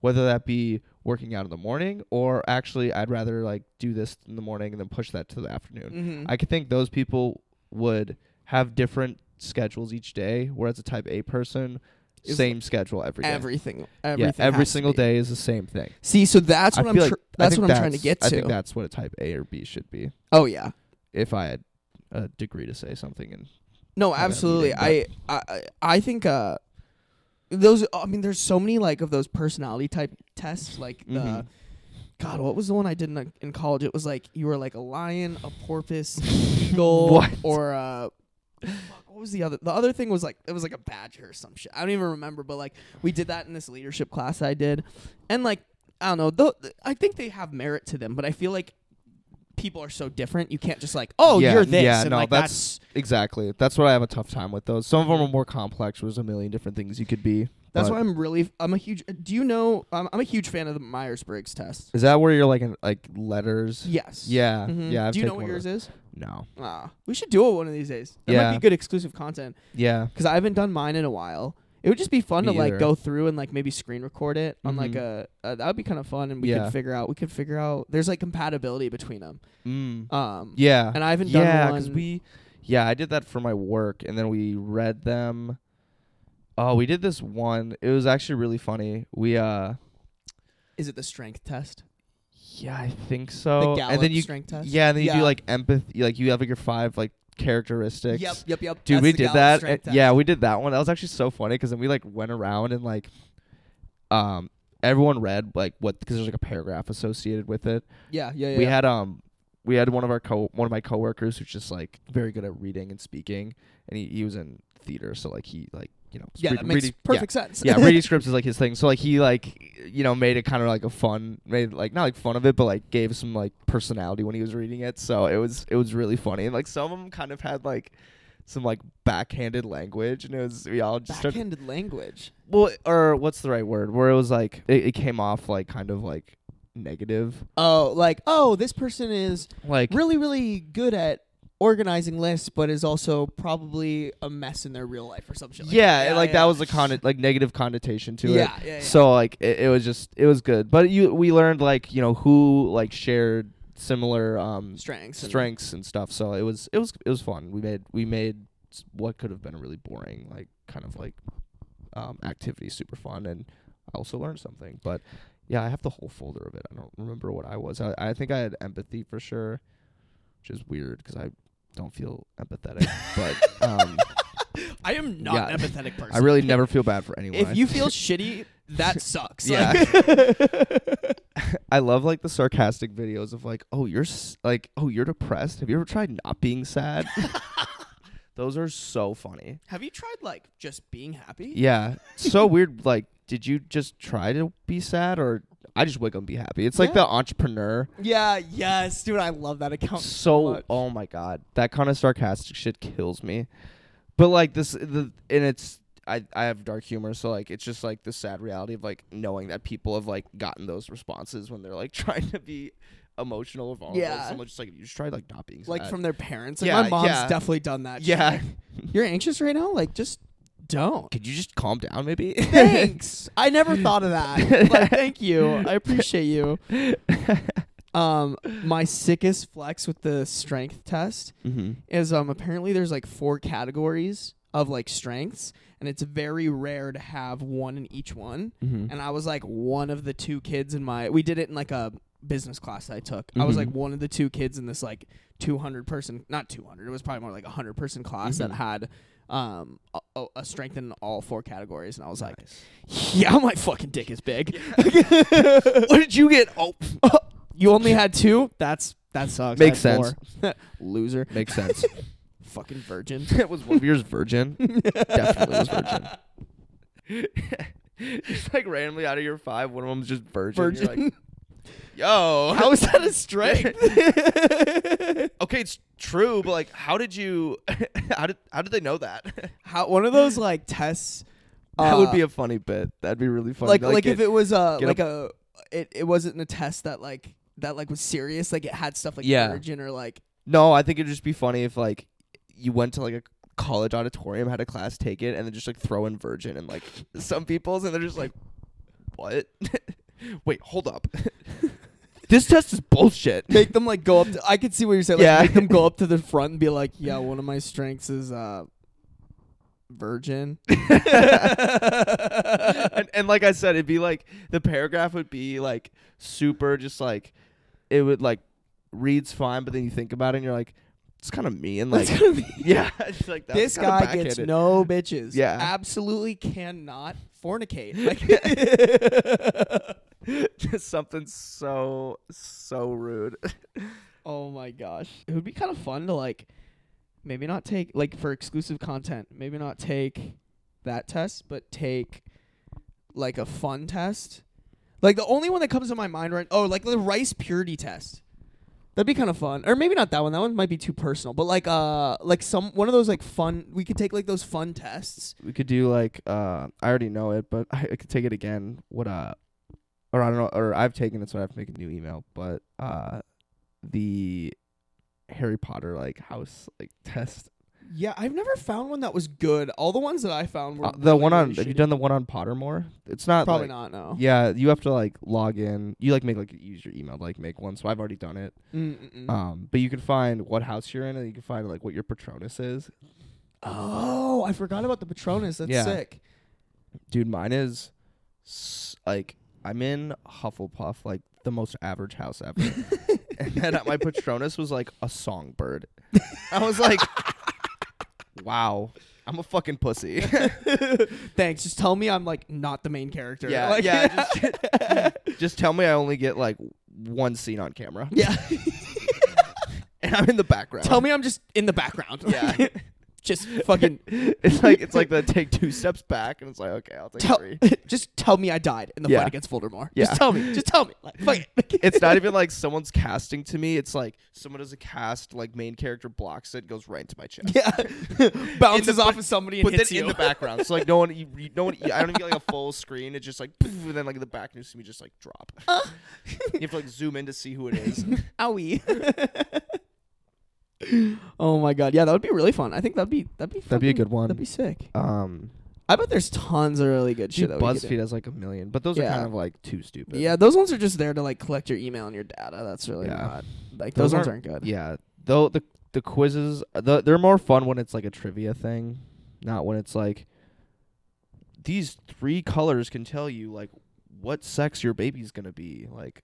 Whether that be working out in the morning or actually I'd rather like do this in the morning and then push that to the afternoon. Mhm. I could think those people would have different schedules each day, whereas a type A person, Is same schedule every day. Everything. Everything. yeah, every has to single be. day is the same thing. See, so that's I what I'm. feel like- tr- I that's think what I'm trying to get to. I think that's what a type A or B should be. oh yeah. If I had a degree to say something, and No, have that absolutely. I, meeting, I I- I think uh those I mean there's so many like of those personality type tests like the Mhm. God, what was the one I did in, like, in college? It was like you were like a lion, a porpoise, an eagle, What? or uh fuck, what was the other? The other thing was like it was like a badger or some shit. I don't even remember, but like we did that in this leadership class I did, and like I don't know. Though I think they have merit to them, but I feel like people are so different. You can't just like oh Yeah, you're this yeah, and no, like that's- that's exactly that's what I have a tough time with. Those some of them are more complex. There's a million different things you could be. That's but- why I'm really I'm a huge. Do you know I'm, I'm a huge fan of the Myers Briggs test. Is that where you're like in, like letters? Yes. Yeah, Mhm. yeah. I've do you taken know what one of yours those. is? No. Ah, we should do it one of these days. That might Yeah. be good exclusive content Yeah. because I haven't done mine in a while. It would just be fun Me to like either. go through and like maybe screen record it on like Mhm. a, uh that would be kind of fun and we Yeah. could figure out we could figure out there's like compatibility between them. Mm. Um, Yeah. and I haven't done yeah, one. we yeah, I did that for my work and then we read them. Oh, we did this one. It was actually really funny. We uh Is it the strength test? yeah, I think so. the Gallup Oh, and then you strength test. yeah, and then you Yeah. do like empathy, like you have like your five like characteristics. Yep. Yep. Yep. Dude, that's we the did Gallup that. strength and- yeah, test. we did that one. That was actually so funny because then we like went around and like, um, everyone read like what because there's like a paragraph associated with it. Yeah. Yeah. Yeah. we yeah. had um we had one of our co one of my coworkers who's just like very good at reading and speaking and he, he was in theater so like he like you know yeah. read- That makes reading- yeah. perfect sense. yeah, reading scripts is like his thing. So like he like you know made it kind of like a fun made like not like fun of it, but like gave some like personality when he was reading it. So it was it was really funny. And like some of them kind of had like some like backhanded language, and it was we all just started Backhanded language. well or what's the right word where it was like it, it came off like kind of like negative Oh, like oh, this person is like really, really good at organizing lists, but is also probably a mess in their real life or some shit. Like yeah, that. and, like that was the con like negative connotation to Yeah, it. yeah, yeah. So like it, it was just it was good, but you we learned like you know who like shared similar um strengths. and- strengths and stuff. So it was it was it was fun. We made we made s- what could have been a really boring like kind of like um activity super fun, and I also learned something. But yeah, I have the whole folder of it. I don't remember what I was. I, I think I had empathy for sure, which is weird because I don't feel empathetic, but um. I am not Yeah. an empathetic person. I really never feel bad for anyone. If you feel shitty, that sucks. Yeah. Like- I love like the sarcastic videos of like, oh, you're s- like, oh, you're depressed. Have you ever tried not being sad? Those are so funny. Have you tried like just being happy? Yeah, so weird. Like, did you just try to be sad, or I just wake up and be happy? It's like Yeah. the entrepreneur. Yeah, Yes, dude. I love that account so. So, much. oh my god, that kind of sarcastic shit kills me. But like this, the and it's. I, I have dark humor, so like it's just like the sad reality of like knowing that people have like gotten those responses when they're like trying to be emotional or vulnerable. Yeah. Someone's just like you just tried like not being sad. like from their parents. Like Yeah, my mom's yeah. definitely done that. She's yeah. like, You're anxious right now? Like just don't. Could you just calm down, maybe? Thanks. I never thought of that. Like, thank you. I appreciate you. um, my sickest flex with the strength test Mm-hmm. is um apparently there's like four categories of like strengths and it's very rare to have one in each one Mm-hmm. and I was like one of the two kids in my we did it in like a business class I took. I was Mhm. like one of the two kids in this like 200 person not 200 it was probably more like a 100 person class that Mm-hmm. had um a- a, a strength in all four categories and I was like yeah my fucking dick is big. what did you get? Oh you only had two? That's that sucks. I Makes had sense. four. Loser. Makes sense. Fucking virgin. That was one of yours virgin. Definitely was virgin. just like randomly out of your five, one of them's just virgin. You're Virgin. like, Yo, How is that a strength? okay, it's true, but like, how did you? How did how did they know that? How one of those like tests that uh, would be a funny bit. That'd be really funny. like like, if it was a get like a, it, it wasn't a test that like that like was serious like it had stuff like Yeah. virgin or like no, I think it'd just be funny if like you went to like a college auditorium, had a class take it, and then just like throw in virgin and like some people's, and they're just like, what? Wait, hold up. this test is bullshit. make them like go up to I could see what you're saying like Yeah. make them go up to the front and be like yeah one of my strengths is uh virgin and, and like I said, it'd be like the paragraph would be like super, just like it would like reads fine, but then you think about it and you're like, it's kind of mean. Like, That's gonna be- yeah, it's like that this was kinda guy gets backhanded. no bitches Yeah. absolutely cannot fornicate like Just something so so rude. Oh my gosh. It would be kind of fun to like maybe not take like for exclusive content, maybe not take that test, but take like a fun test. Like the only one that comes to my mind right oh, like the rice purity test. That'd be kind of fun. Or maybe not that one. That one might be too personal. But like uh like some one of those like fun we could take like those fun tests. We could do like uh I already know it, but I, I could take it again. What uh or I don't know or I've taken it so I have to make a new email, but uh the Harry Potter like house like test uh, Yeah, I've never found one that was good. All the ones that I found were Uh, the really, one really on have you shitty. done the one on Pottermore? It's not probably like- not, no. Yeah, you have to like log in. You like make like use your email to, like make one. So I've already done it. Mm-mm-mm. Um, but you can find what house you're in, and you can find like what your Patronus is. Oh, I forgot about the Patronus. That's Yeah. sick. Dude, mine is s- like I'm in Hufflepuff, like the most average house ever. and then uh, my Patronus was like a songbird. I was like, wow, I'm a fucking pussy. Thanks. Just tell me I'm like not the main character. Yeah, Like- yeah. Just, just tell me I only get like one scene on camera, yeah. and I'm in the background. tell me I'm just in the background. Yeah. just fucking it's like it's like the take two steps back, and it's like okay, I'll take tell. three. just tell me I died in the Yeah. fight against Voldemort. Yeah. Just tell me. Just tell me. Like, fuck it. It's not even like someone's casting to me. It's like someone does a cast, like main character blocks it, goes right into my chest. yeah. Bounces but- off of somebody and But then hits in you. the background, so like no one, you, you- no one. I don't even get like a full screen. It's just like, poof, and then like in the back, you see me just like drop. you have to like zoom in to see who it is. Owie. oh my god. Yeah, that would be really fun. I think that'd be that'd be That'd be a fucking- good one. That'd be sick. Um, I bet there's tons of really good shit. dude, that we could do. BuzzFeed has like a million, but those Yeah. are kind of like too stupid. Yeah, those ones are just there to like collect your email and your data. That's really Yeah. not like those, Those ones aren't aren't- good. Yeah, though the the quizzes the, they're more fun when it's like a trivia thing, not when it's like these three colors can tell you like what sex your baby's gonna be. Like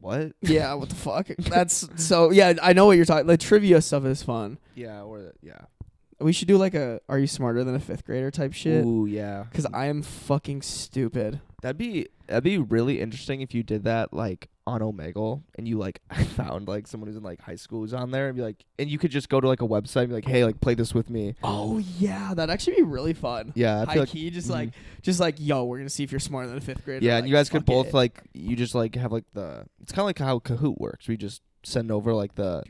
what? Yeah, what the fuck? That's so. Yeah, I know what you're talking. Like trivia stuff is fun. Yeah, or the, yeah. We should do like a "Are you smarter than a fifth grader?" type shit. Ooh, yeah. Because I am fucking stupid. That'd be that'd be really interesting if you did that like on Omegle and you like found like someone who's in like high school who's on there and be like and you could just go to like a website and be like, hey, like play this with me. Oh yeah, that'd actually be really fun. Yeah, I High feel like key, just mhm. like, just like, yo, we're gonna see if you're smarter than a fifth grader. Yeah, and Like, you guys could fuck both it. like you just like have like the it's kind of like how Kahoot works. We just send over like the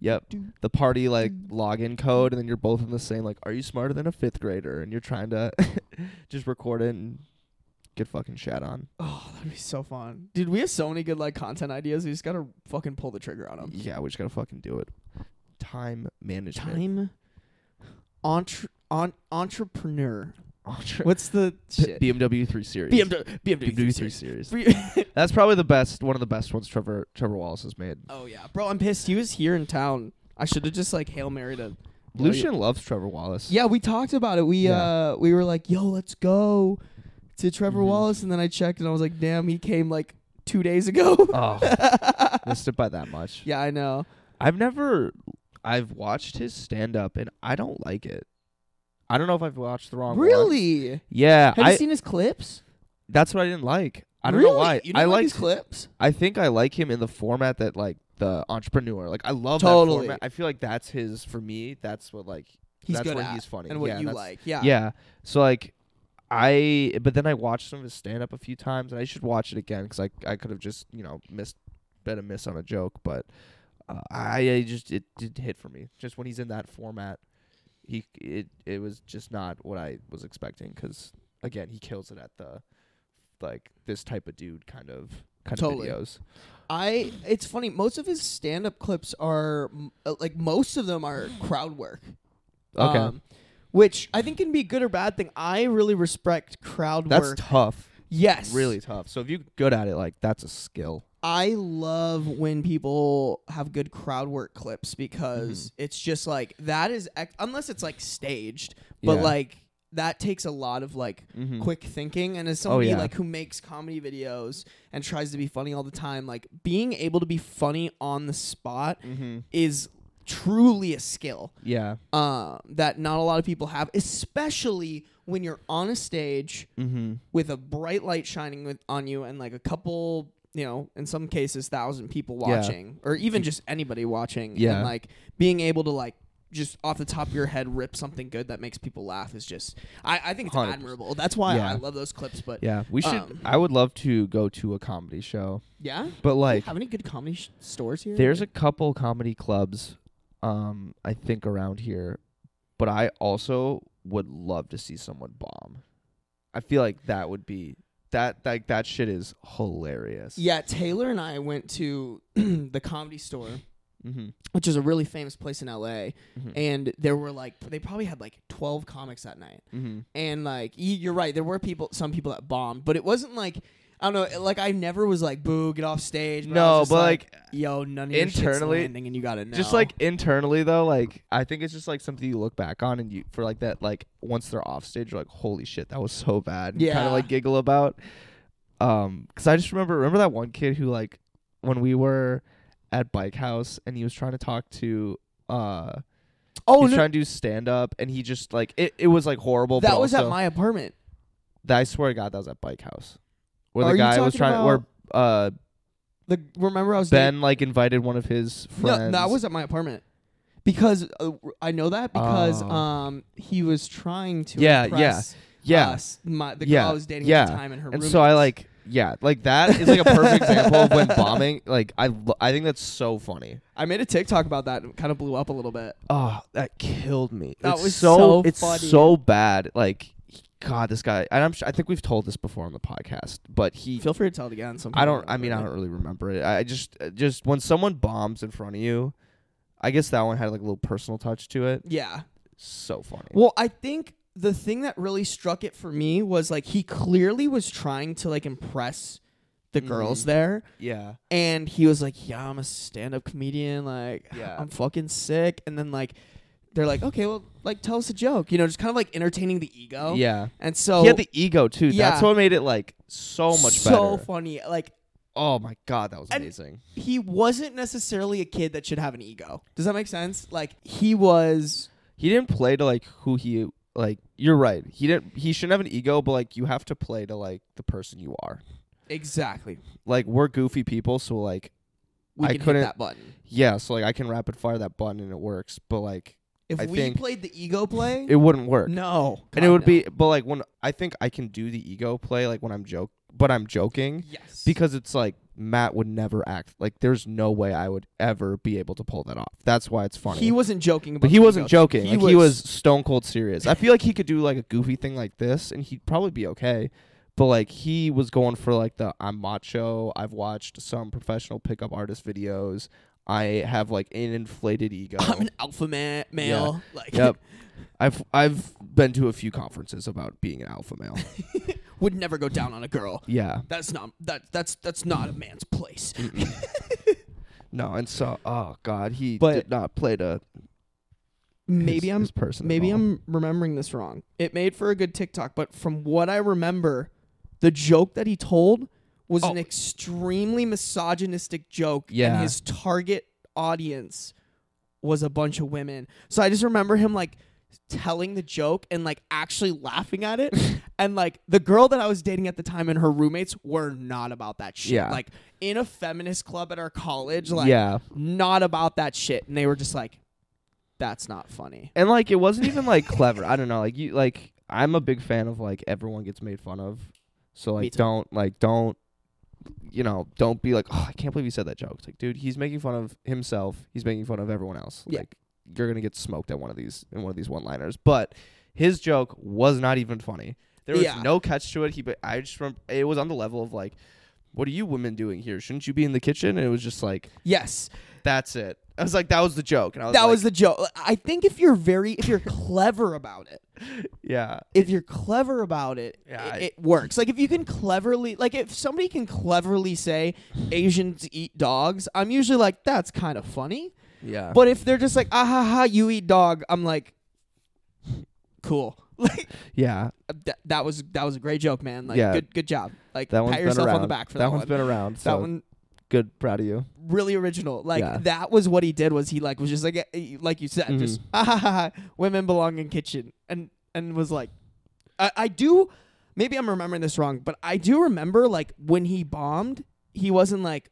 yep the party like login code, and then you're both in the same like. Are you smarter than a fifth grader? And you're trying to just record it and get fucking shat on. Oh, that'd be so fun, dude. We have so many good like content ideas. We just gotta fucking pull the trigger on them. Yeah, we just gotta fucking do it. Time management. time entre- on- entrepreneur Ultra. What's the shit? BMW 3 Series. BMW, BMW, BMW 3 Series. That's probably the best, one of the best ones Trevor Trevor Wallace has made. oh yeah, bro. I'm pissed. He was here in town. I should have just like hail married him. Lucian loves Trevor Wallace. Yeah, we talked about it. We Yeah. uh we were like, yo, let's go to Trevor Mhm. Wallace, and then I checked and I was like, damn, he came like two days ago. Oh, missed it by that much. yeah, I know. I've never, I've watched his stand up and I don't like it. I don't know if I've watched the wrong. one. Really? Yeah. Have I, you seen his clips? that's what I didn't like. I don't Really? know why. You didn't I like like. his clips. I think I like him in the format that like the entrepreneur. Like I love Totally. that format. I feel like that's his for me. That's what like He's that's good where at he's funny and what Yeah, you that's- like. Yeah. Yeah. So like I but then I watched some of his stand up a few times and I should watch it again cuz I I could have just, you know, missed been a miss on a joke, but uh, I, I just it did hit for me. Just when he's in that format, he it it was just not what I was expecting cuz again, he kills it at the like this type of dude kind of kind Totally. of videos. I it's funny. Most of his stand up clips are m- uh, like most of them are crowd work. Okay. Um, which I think can be a good or bad thing. I really respect crowd that's work. tough. yes, Really tough. So if you're good at it, like that's a skill. I love when people have good crowd work clips because Mm-hmm. it's just like that is ex- unless it's like staged, but Yeah. like that takes a lot of like Mhm. quick thinking and as somebody yeah. like who makes comedy videos and tries to be funny all the time, like being able to be funny on the spot Mhm. is truly a skill Yeah. um, that not a lot of people have, especially when you're on a stage Mhm. with a bright light shining with, on you and like a couple, you know, in some cases, thousand people Yeah. watching, or even just anybody watching, Yeah. and like being able to like just off the top of your head rip something good that makes people laugh is just I, I think it's 100%. admirable. That's why Yeah. I love those clips. But yeah, Yeah, we should. Um, I would love to go to a comedy show, yeah? but like, have any good comedy sh- stores here? there's a couple comedy clubs, um, I think around here, but I also would love to see someone bomb. I feel like that would be that like that shit is hilarious. yeah. Taylor and I went to the comedy store, Mm-hmm. which is a really famous place in LA. Mm-hmm. and there were like they probably had like 12 comics that night mm-hmm. and like y- you're right there were people some people that bombed but it wasn't like i don't know like i never was like boo get off stage but I was No, just but, like, yo none of internally your shit's internally- landing and you gotta know Just like internally though, like I think it's just like something you look back on and you for like that like once they're off stage, you're like, holy shit, that was so bad. Kind Yeah. of like giggle about. Um, because I just remember remember that one kid who like when we were at Bike House and he was trying to talk to uh oh, oh he's no trying to do stand up and he just like it, it was like horrible. that but was also, at my apartment that- I swear to God that was at Bike House. Where Are the you guy was talking trying where uh the remember i was Ben like invited one of his dating- friends. no that was at my apartment because uh, i know that because Oh. um he was trying to Yeah, impress yeah. us, my the girl Yeah, i was dating at the yeah. time and her and so I roommates. like yeah, like that is like a perfect example of when bombing. Like I, lo- I think that's so funny. i made a tiktok about that and kind of blew up a little bit Oh, that killed me. That it's was so, so it's funny. so bad. Like God, this guy. And I'm sure, I think we've told this before on the podcast, but he. Feel free to tell it again. Some I don't. people I mean, I remember don't really remember it. I I just, uh, just when someone bombs in front of you, I guess that one had like a little personal touch to it. it. Yeah. So funny. Well, I think the thing that really struck it for me was like he clearly was trying to like impress the girls Mhm. there, yeah. and he was like, "Yeah, I'm a stand-up comedian. Like, Yeah. I'm fucking sick." And then like, they're like, "Okay, well, like, tell us a joke." You know, just kind of like entertaining the ego. Yeah. And so he had the ego too. That's yeah. what made it like so much so better. funny. Like, oh my god, that was And- amazing. he wasn't necessarily a kid that should have an ego. Does that make sense? Like, he was. he didn't play to like who he like you're right he didn't he shouldn't have an ego but like you have to play to like the person you are Exactly. like we're goofy people so like We I can hit couldn't- that button. yeah so like i can rapid fire that button and it works but like If I we think- played the ego play, it wouldn't work no, and it would be but like when i think i can do the ego play like when i'm joke but i'm joking yes because it's like matt would never act like there's no way i would ever be able to pull that off that's why it's funny he wasn't joking, about But he the wasn't ego. joking. like he was stone cold serious. I feel like he could do like a goofy thing like this, and he'd probably be okay. But like he was going for like the I'm macho. I've watched some professional pickup artist videos. I have like an inflated ego. I'm an alpha ma- male. Like, yep. I've I've been to a few conferences about being an alpha male. would never go down on a girl. yeah. That's not that that's that's not a man's place. Mm. No, and so oh god, he But- did not play to maybe his, I'm his person. at maybe all. I'm remembering this wrong. It made for a good TikTok, but from what I remember, the joke that he told was an Oh. extremely misogynistic joke, Yeah. and his target audience was a bunch of women. So I just remember him like telling the joke and like actually laughing at it. and like the girl that I was dating at the time and her roommates were not about that shit. Yeah. Like in a feminist club at our college, like Yeah. not about that shit. And they were just like, that's not funny. And like it wasn't even like clever. I don't know. Like you like I'm a big fan of like everyone gets made fun of. So like too. don't like don't you know, don't be like, "Oh, I can't believe you said that joke." It's like, dude, he's making fun of himself. He's making fun of everyone else. Yeah. Like you're going to get smoked at one of these in one of these one-liners. But his joke was not even funny. There was Yeah. no catch to it. He but I just remember it was on the level of like, "What are you women doing here? Shouldn't you be in the kitchen?" And it was just like, Yes, "That's it." I was like, "That was the joke." And I was that like, was the joke. I think if you're very, if you're clever about it, yeah. if you're clever about it, Yeah, i- I- it, works. Like if you can cleverly, like if somebody can cleverly say Asians eat dogs, I'm usually like, that's kind of funny. Yeah. But if they're just like, ah ha ha, you eat dog, I'm like, cool. Like yeah. that, that was that was a great joke, man. Like Yeah. good good job. Like That one's pat been yourself around. on the back for that that, one's one. been around. that so one good. Proud of you. really original. Like Yeah. Mm-hmm. that was what he did. Was he like was just like eh, like you said, just ah, ha, ha, ha, women belong in kitchen, and and was like, I, I do. Maybe I'm remembering this wrong, but I do remember like when he bombed, he wasn't like,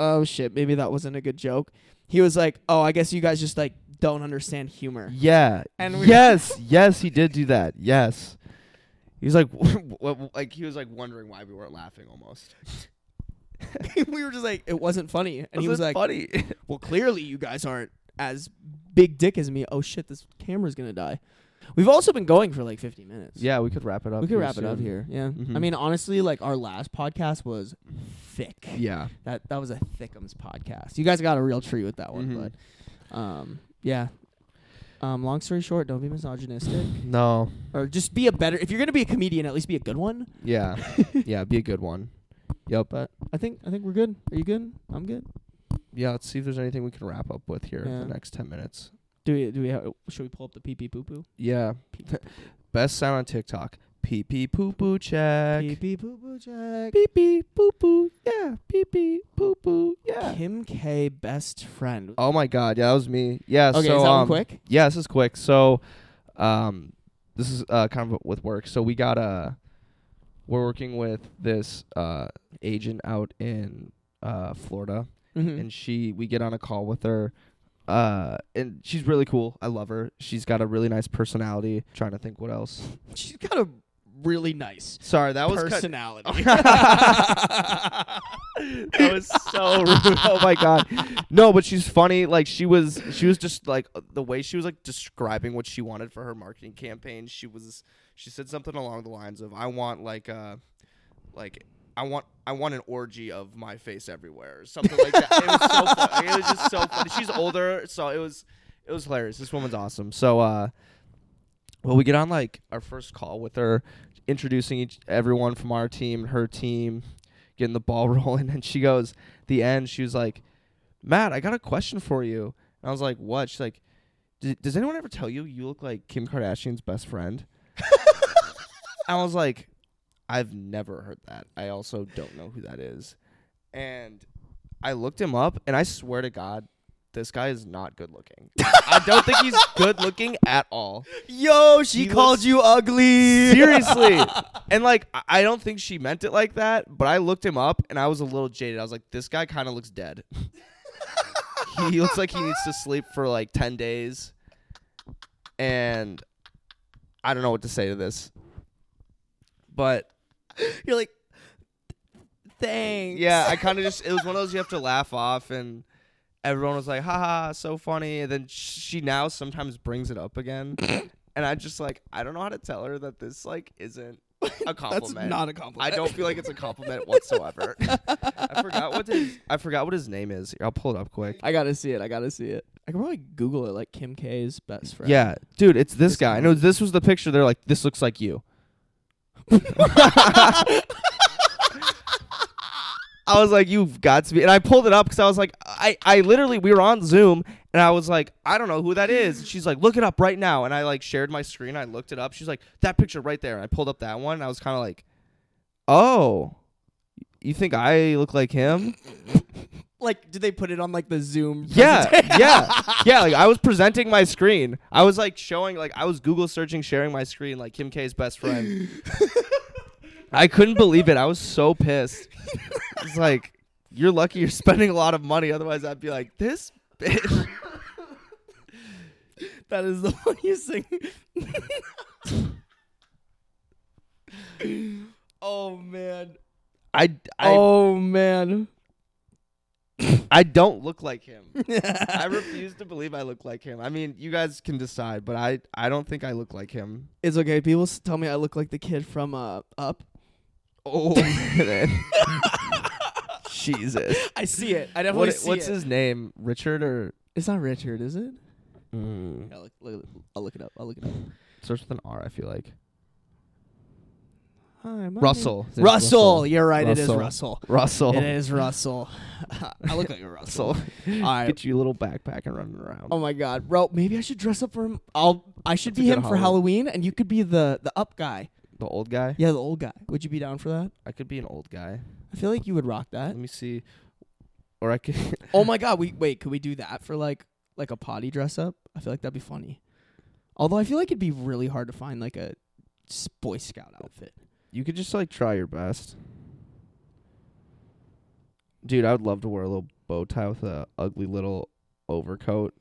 oh shit, maybe that wasn't a good joke. He was like, oh, I guess you guys just like don't understand humor. Yeah. And we- yes. yes, he did do that. Yes. He was like, what, like he was like wondering why we weren't laughing almost. we were just like, it wasn't funny, and he was like, funny. well, clearly you guys aren't as big dick as me. Oh shit, this camera's gonna die. We've also been going for like 50 minutes. yeah, we could wrap it up. We could here wrap it up soon. here. Yeah. I Mhm. mean, honestly, like our last podcast was thick. Yeah. That that was a thickums podcast. You guys got a real treat with that one, Mhm. but um, yeah. Um, long story short, don't be misogynistic, No. or just be a better. If you're gonna be a comedian, at least be a good one. Yeah. yeah. Be a good one. Yep. But I think I think we're good. Are you good? I'm good. Yeah. Let's see if there's anything we can wrap up with here Yeah. in the next ten minutes. Do we do we have, should we pull up the pee pee poo poo? Yeah. Pee pee Best sound on TikTok. Pee pee poo poo check. pee pee poo poo check. Pee pee poo poo. Yeah. Pee pee poo poo. Yeah. Kim K best friend. Oh my god, yeah, that was me. Yeah, okay, so is that one um, quick? Yeah, this is quick. So, um, this is uh, kind of with work. So we got uh we're working with this uh agent out in uh Florida, Mhm. and she we get on a call with her. Uh, and she's really cool. I love her. She's got a really nice personality. trying to think what else. She's got a really nice Sorry, that was cut- personality. that was so rude. Oh my god. No, but she's funny. Like she was she was just like the way she was like describing what she wanted for her marketing campaign, she was she said something along the lines of I want like uh like I want I want an orgy of my face everywhere or something like that. It was so funny. It was just so funny. She's older, so it was it was hilarious. This woman's awesome. So uh well, we get on like our first call with her, introducing each everyone from our team, her team, getting the ball rolling, and she goes, the end, she was like, Matt, I got a question for you. And I was like, what? She's like, "D- does anyone ever tell you you look like Kim Kardashian's best friend? I was like, I've never heard that. I also don't know who that is. And I looked him up, and I swear to God, this guy is not good looking. I don't think he's good looking at all. Yo, she He called looks- you ugly. Seriously. and like I- I don't think she meant it like that, but I looked him up and I was a little jaded. I was like, this guy kind of looks dead. he looks like he needs to sleep for like 10 days. And I don't know what to say to this. But You're like, thanks. yeah, I kind of just it was one of those you have to laugh off and everyone was like, "Haha, so funny." And then she now sometimes brings it up again. and I just like I don't know how to tell her that this like isn't a compliment. not a compliment. I don't feel like it's a compliment whatsoever. I forgot what his I forgot what his name is. Here, I'll pull it up quick. I gotta see it. I gotta see it. I can probably Google it, like Kim K's best friend. Yeah, dude, it's this, This guy. I know this was the picture. They're like, this looks like you. I was like, you've got to be. And I pulled it up because I was like, I, I literally, we were on Zoom and I was like, I don't know who that is. And she's like, look it up right now. And I like shared my screen. I looked it up. She's like, that picture right there. And I pulled up that one. And I was kind of like, oh, you think I look like him? Like, did they put it on like the Zoom? Yeah, presentation? yeah, yeah. Like I was presenting my screen. I was like showing, like I was Google searching, sharing my screen, like Kim K's best friend. I couldn't believe it. I was so pissed. It's like you're lucky you're spending a lot of money. Otherwise, I'd be like this bitch. that is the one you sing. oh man. I, I, oh man. I don't look like him. I refuse to believe I look like him. I mean, you guys can decide, but I, I don't think I look like him. It's okay. People s- tell me I look like the kid from uh, Up. Oh man, Jesus. I see it. I definitely What, see what's it. his name? Richard or? mm, It's not Richard, is it? Yeah, look, look, I'll look it up. I'll look it up. starts with an R. I feel like Hi, my name- Russell. His name's Russell. You're right. It is Russell. Oh. Russell. Russell. It is Russell. I look like a Russell. Russell. All right. Get you a little backpack and run around. Oh my God, bro. Maybe I should dress up for him. I'll. I should That's a be good him for Halloween. Halloween, and you could be the the up guy. The old guy. Yeah, the old guy. Would you be down for that? I could be an old guy. I feel like you would rock that. Let me see. Or I could. Oh my God. We wait. Could we do that for like like a potty dress up? I feel like that'd be funny. Although I feel like it'd be really hard to find like a s- Boy Scout outfit. you could just like try your best. Dude, I would love to wear a little bow tie with a ugly little overcoat.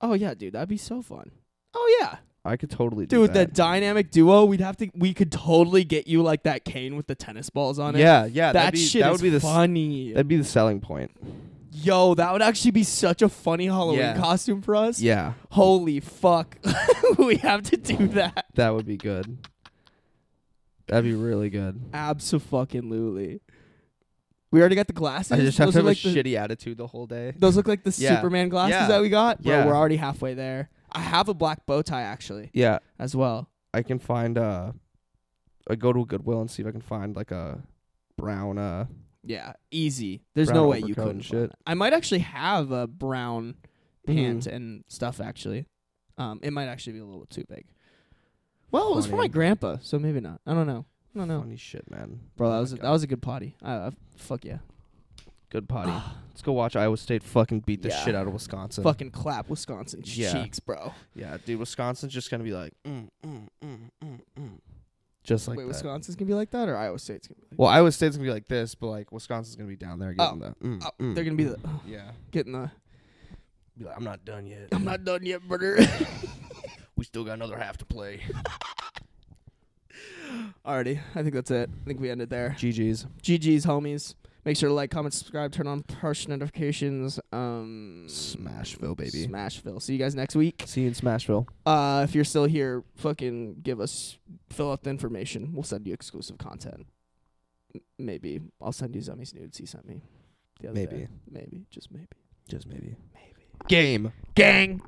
Oh yeah, dude. That'd be so fun. Oh yeah. I could totally do Dude, the that. dynamic duo, we'd have to. We could totally get you like that cane with the tennis balls on it. Yeah, yeah. that that'd be, shit that is would be the s- funny. that'd be the selling point. Yo, that would actually be such a funny Halloween Yeah. costume for us. Yeah, Holy fuck, we have to do that. that would be good. That'd be really good. Absolutely. We already got the glasses. I just have those to are have like a the, shitty attitude the whole day. Those look like the Yeah. Superman glasses Yeah. that we got. Bro, Yeah. we're already halfway there. I have a black bow tie actually Yeah, as well. I can find uh I go to a Goodwill and see if I can find like a brown uh Yeah, easy. There's Brown no way you overcoat couldn't. and shit. find that. I might actually have a brown pant Mhm. and stuff actually. Um, it might actually be a little too big. Well, it was for Funny. my grandpa, so maybe not. I don't know. I don't know. funny shit, man. Bro, that Oh was a, my that God. was a good potty. I I- fuck yeah. good potty. Let's go watch Iowa State fucking beat the Yeah. shit out of Wisconsin. Fucking clap Wisconsin Yeah. cheeks, bro. Yeah, dude, Wisconsin's just gonna be like mm, mm, mm, mm, mm. just like Wait, that. Wisconsin's gonna be like that, or Iowa State's gonna be like? Well, Iowa State's gonna be like this, but like Wisconsin's gonna be down there getting the mm, that? Oh, mm. they're gonna be the, Yeah. getting the. Be like, I'm not done yet. I'm not done yet, brother. we still got another half to play. Alrighty, I think that's it. I think we ended there. GG's. GG's, homies. Make sure to like, comment, subscribe, turn on push notifications. Um, Smashville, baby. Smashville. See you guys next week. See you in Smashville. Uh, if you're still here, fucking give us fill out the information. We'll send you exclusive content. M- Maybe I'll send you Zummy's nudes he sent me. the other Maybe. day. maybe, just maybe, Just maybe. maybe. Game. Gang.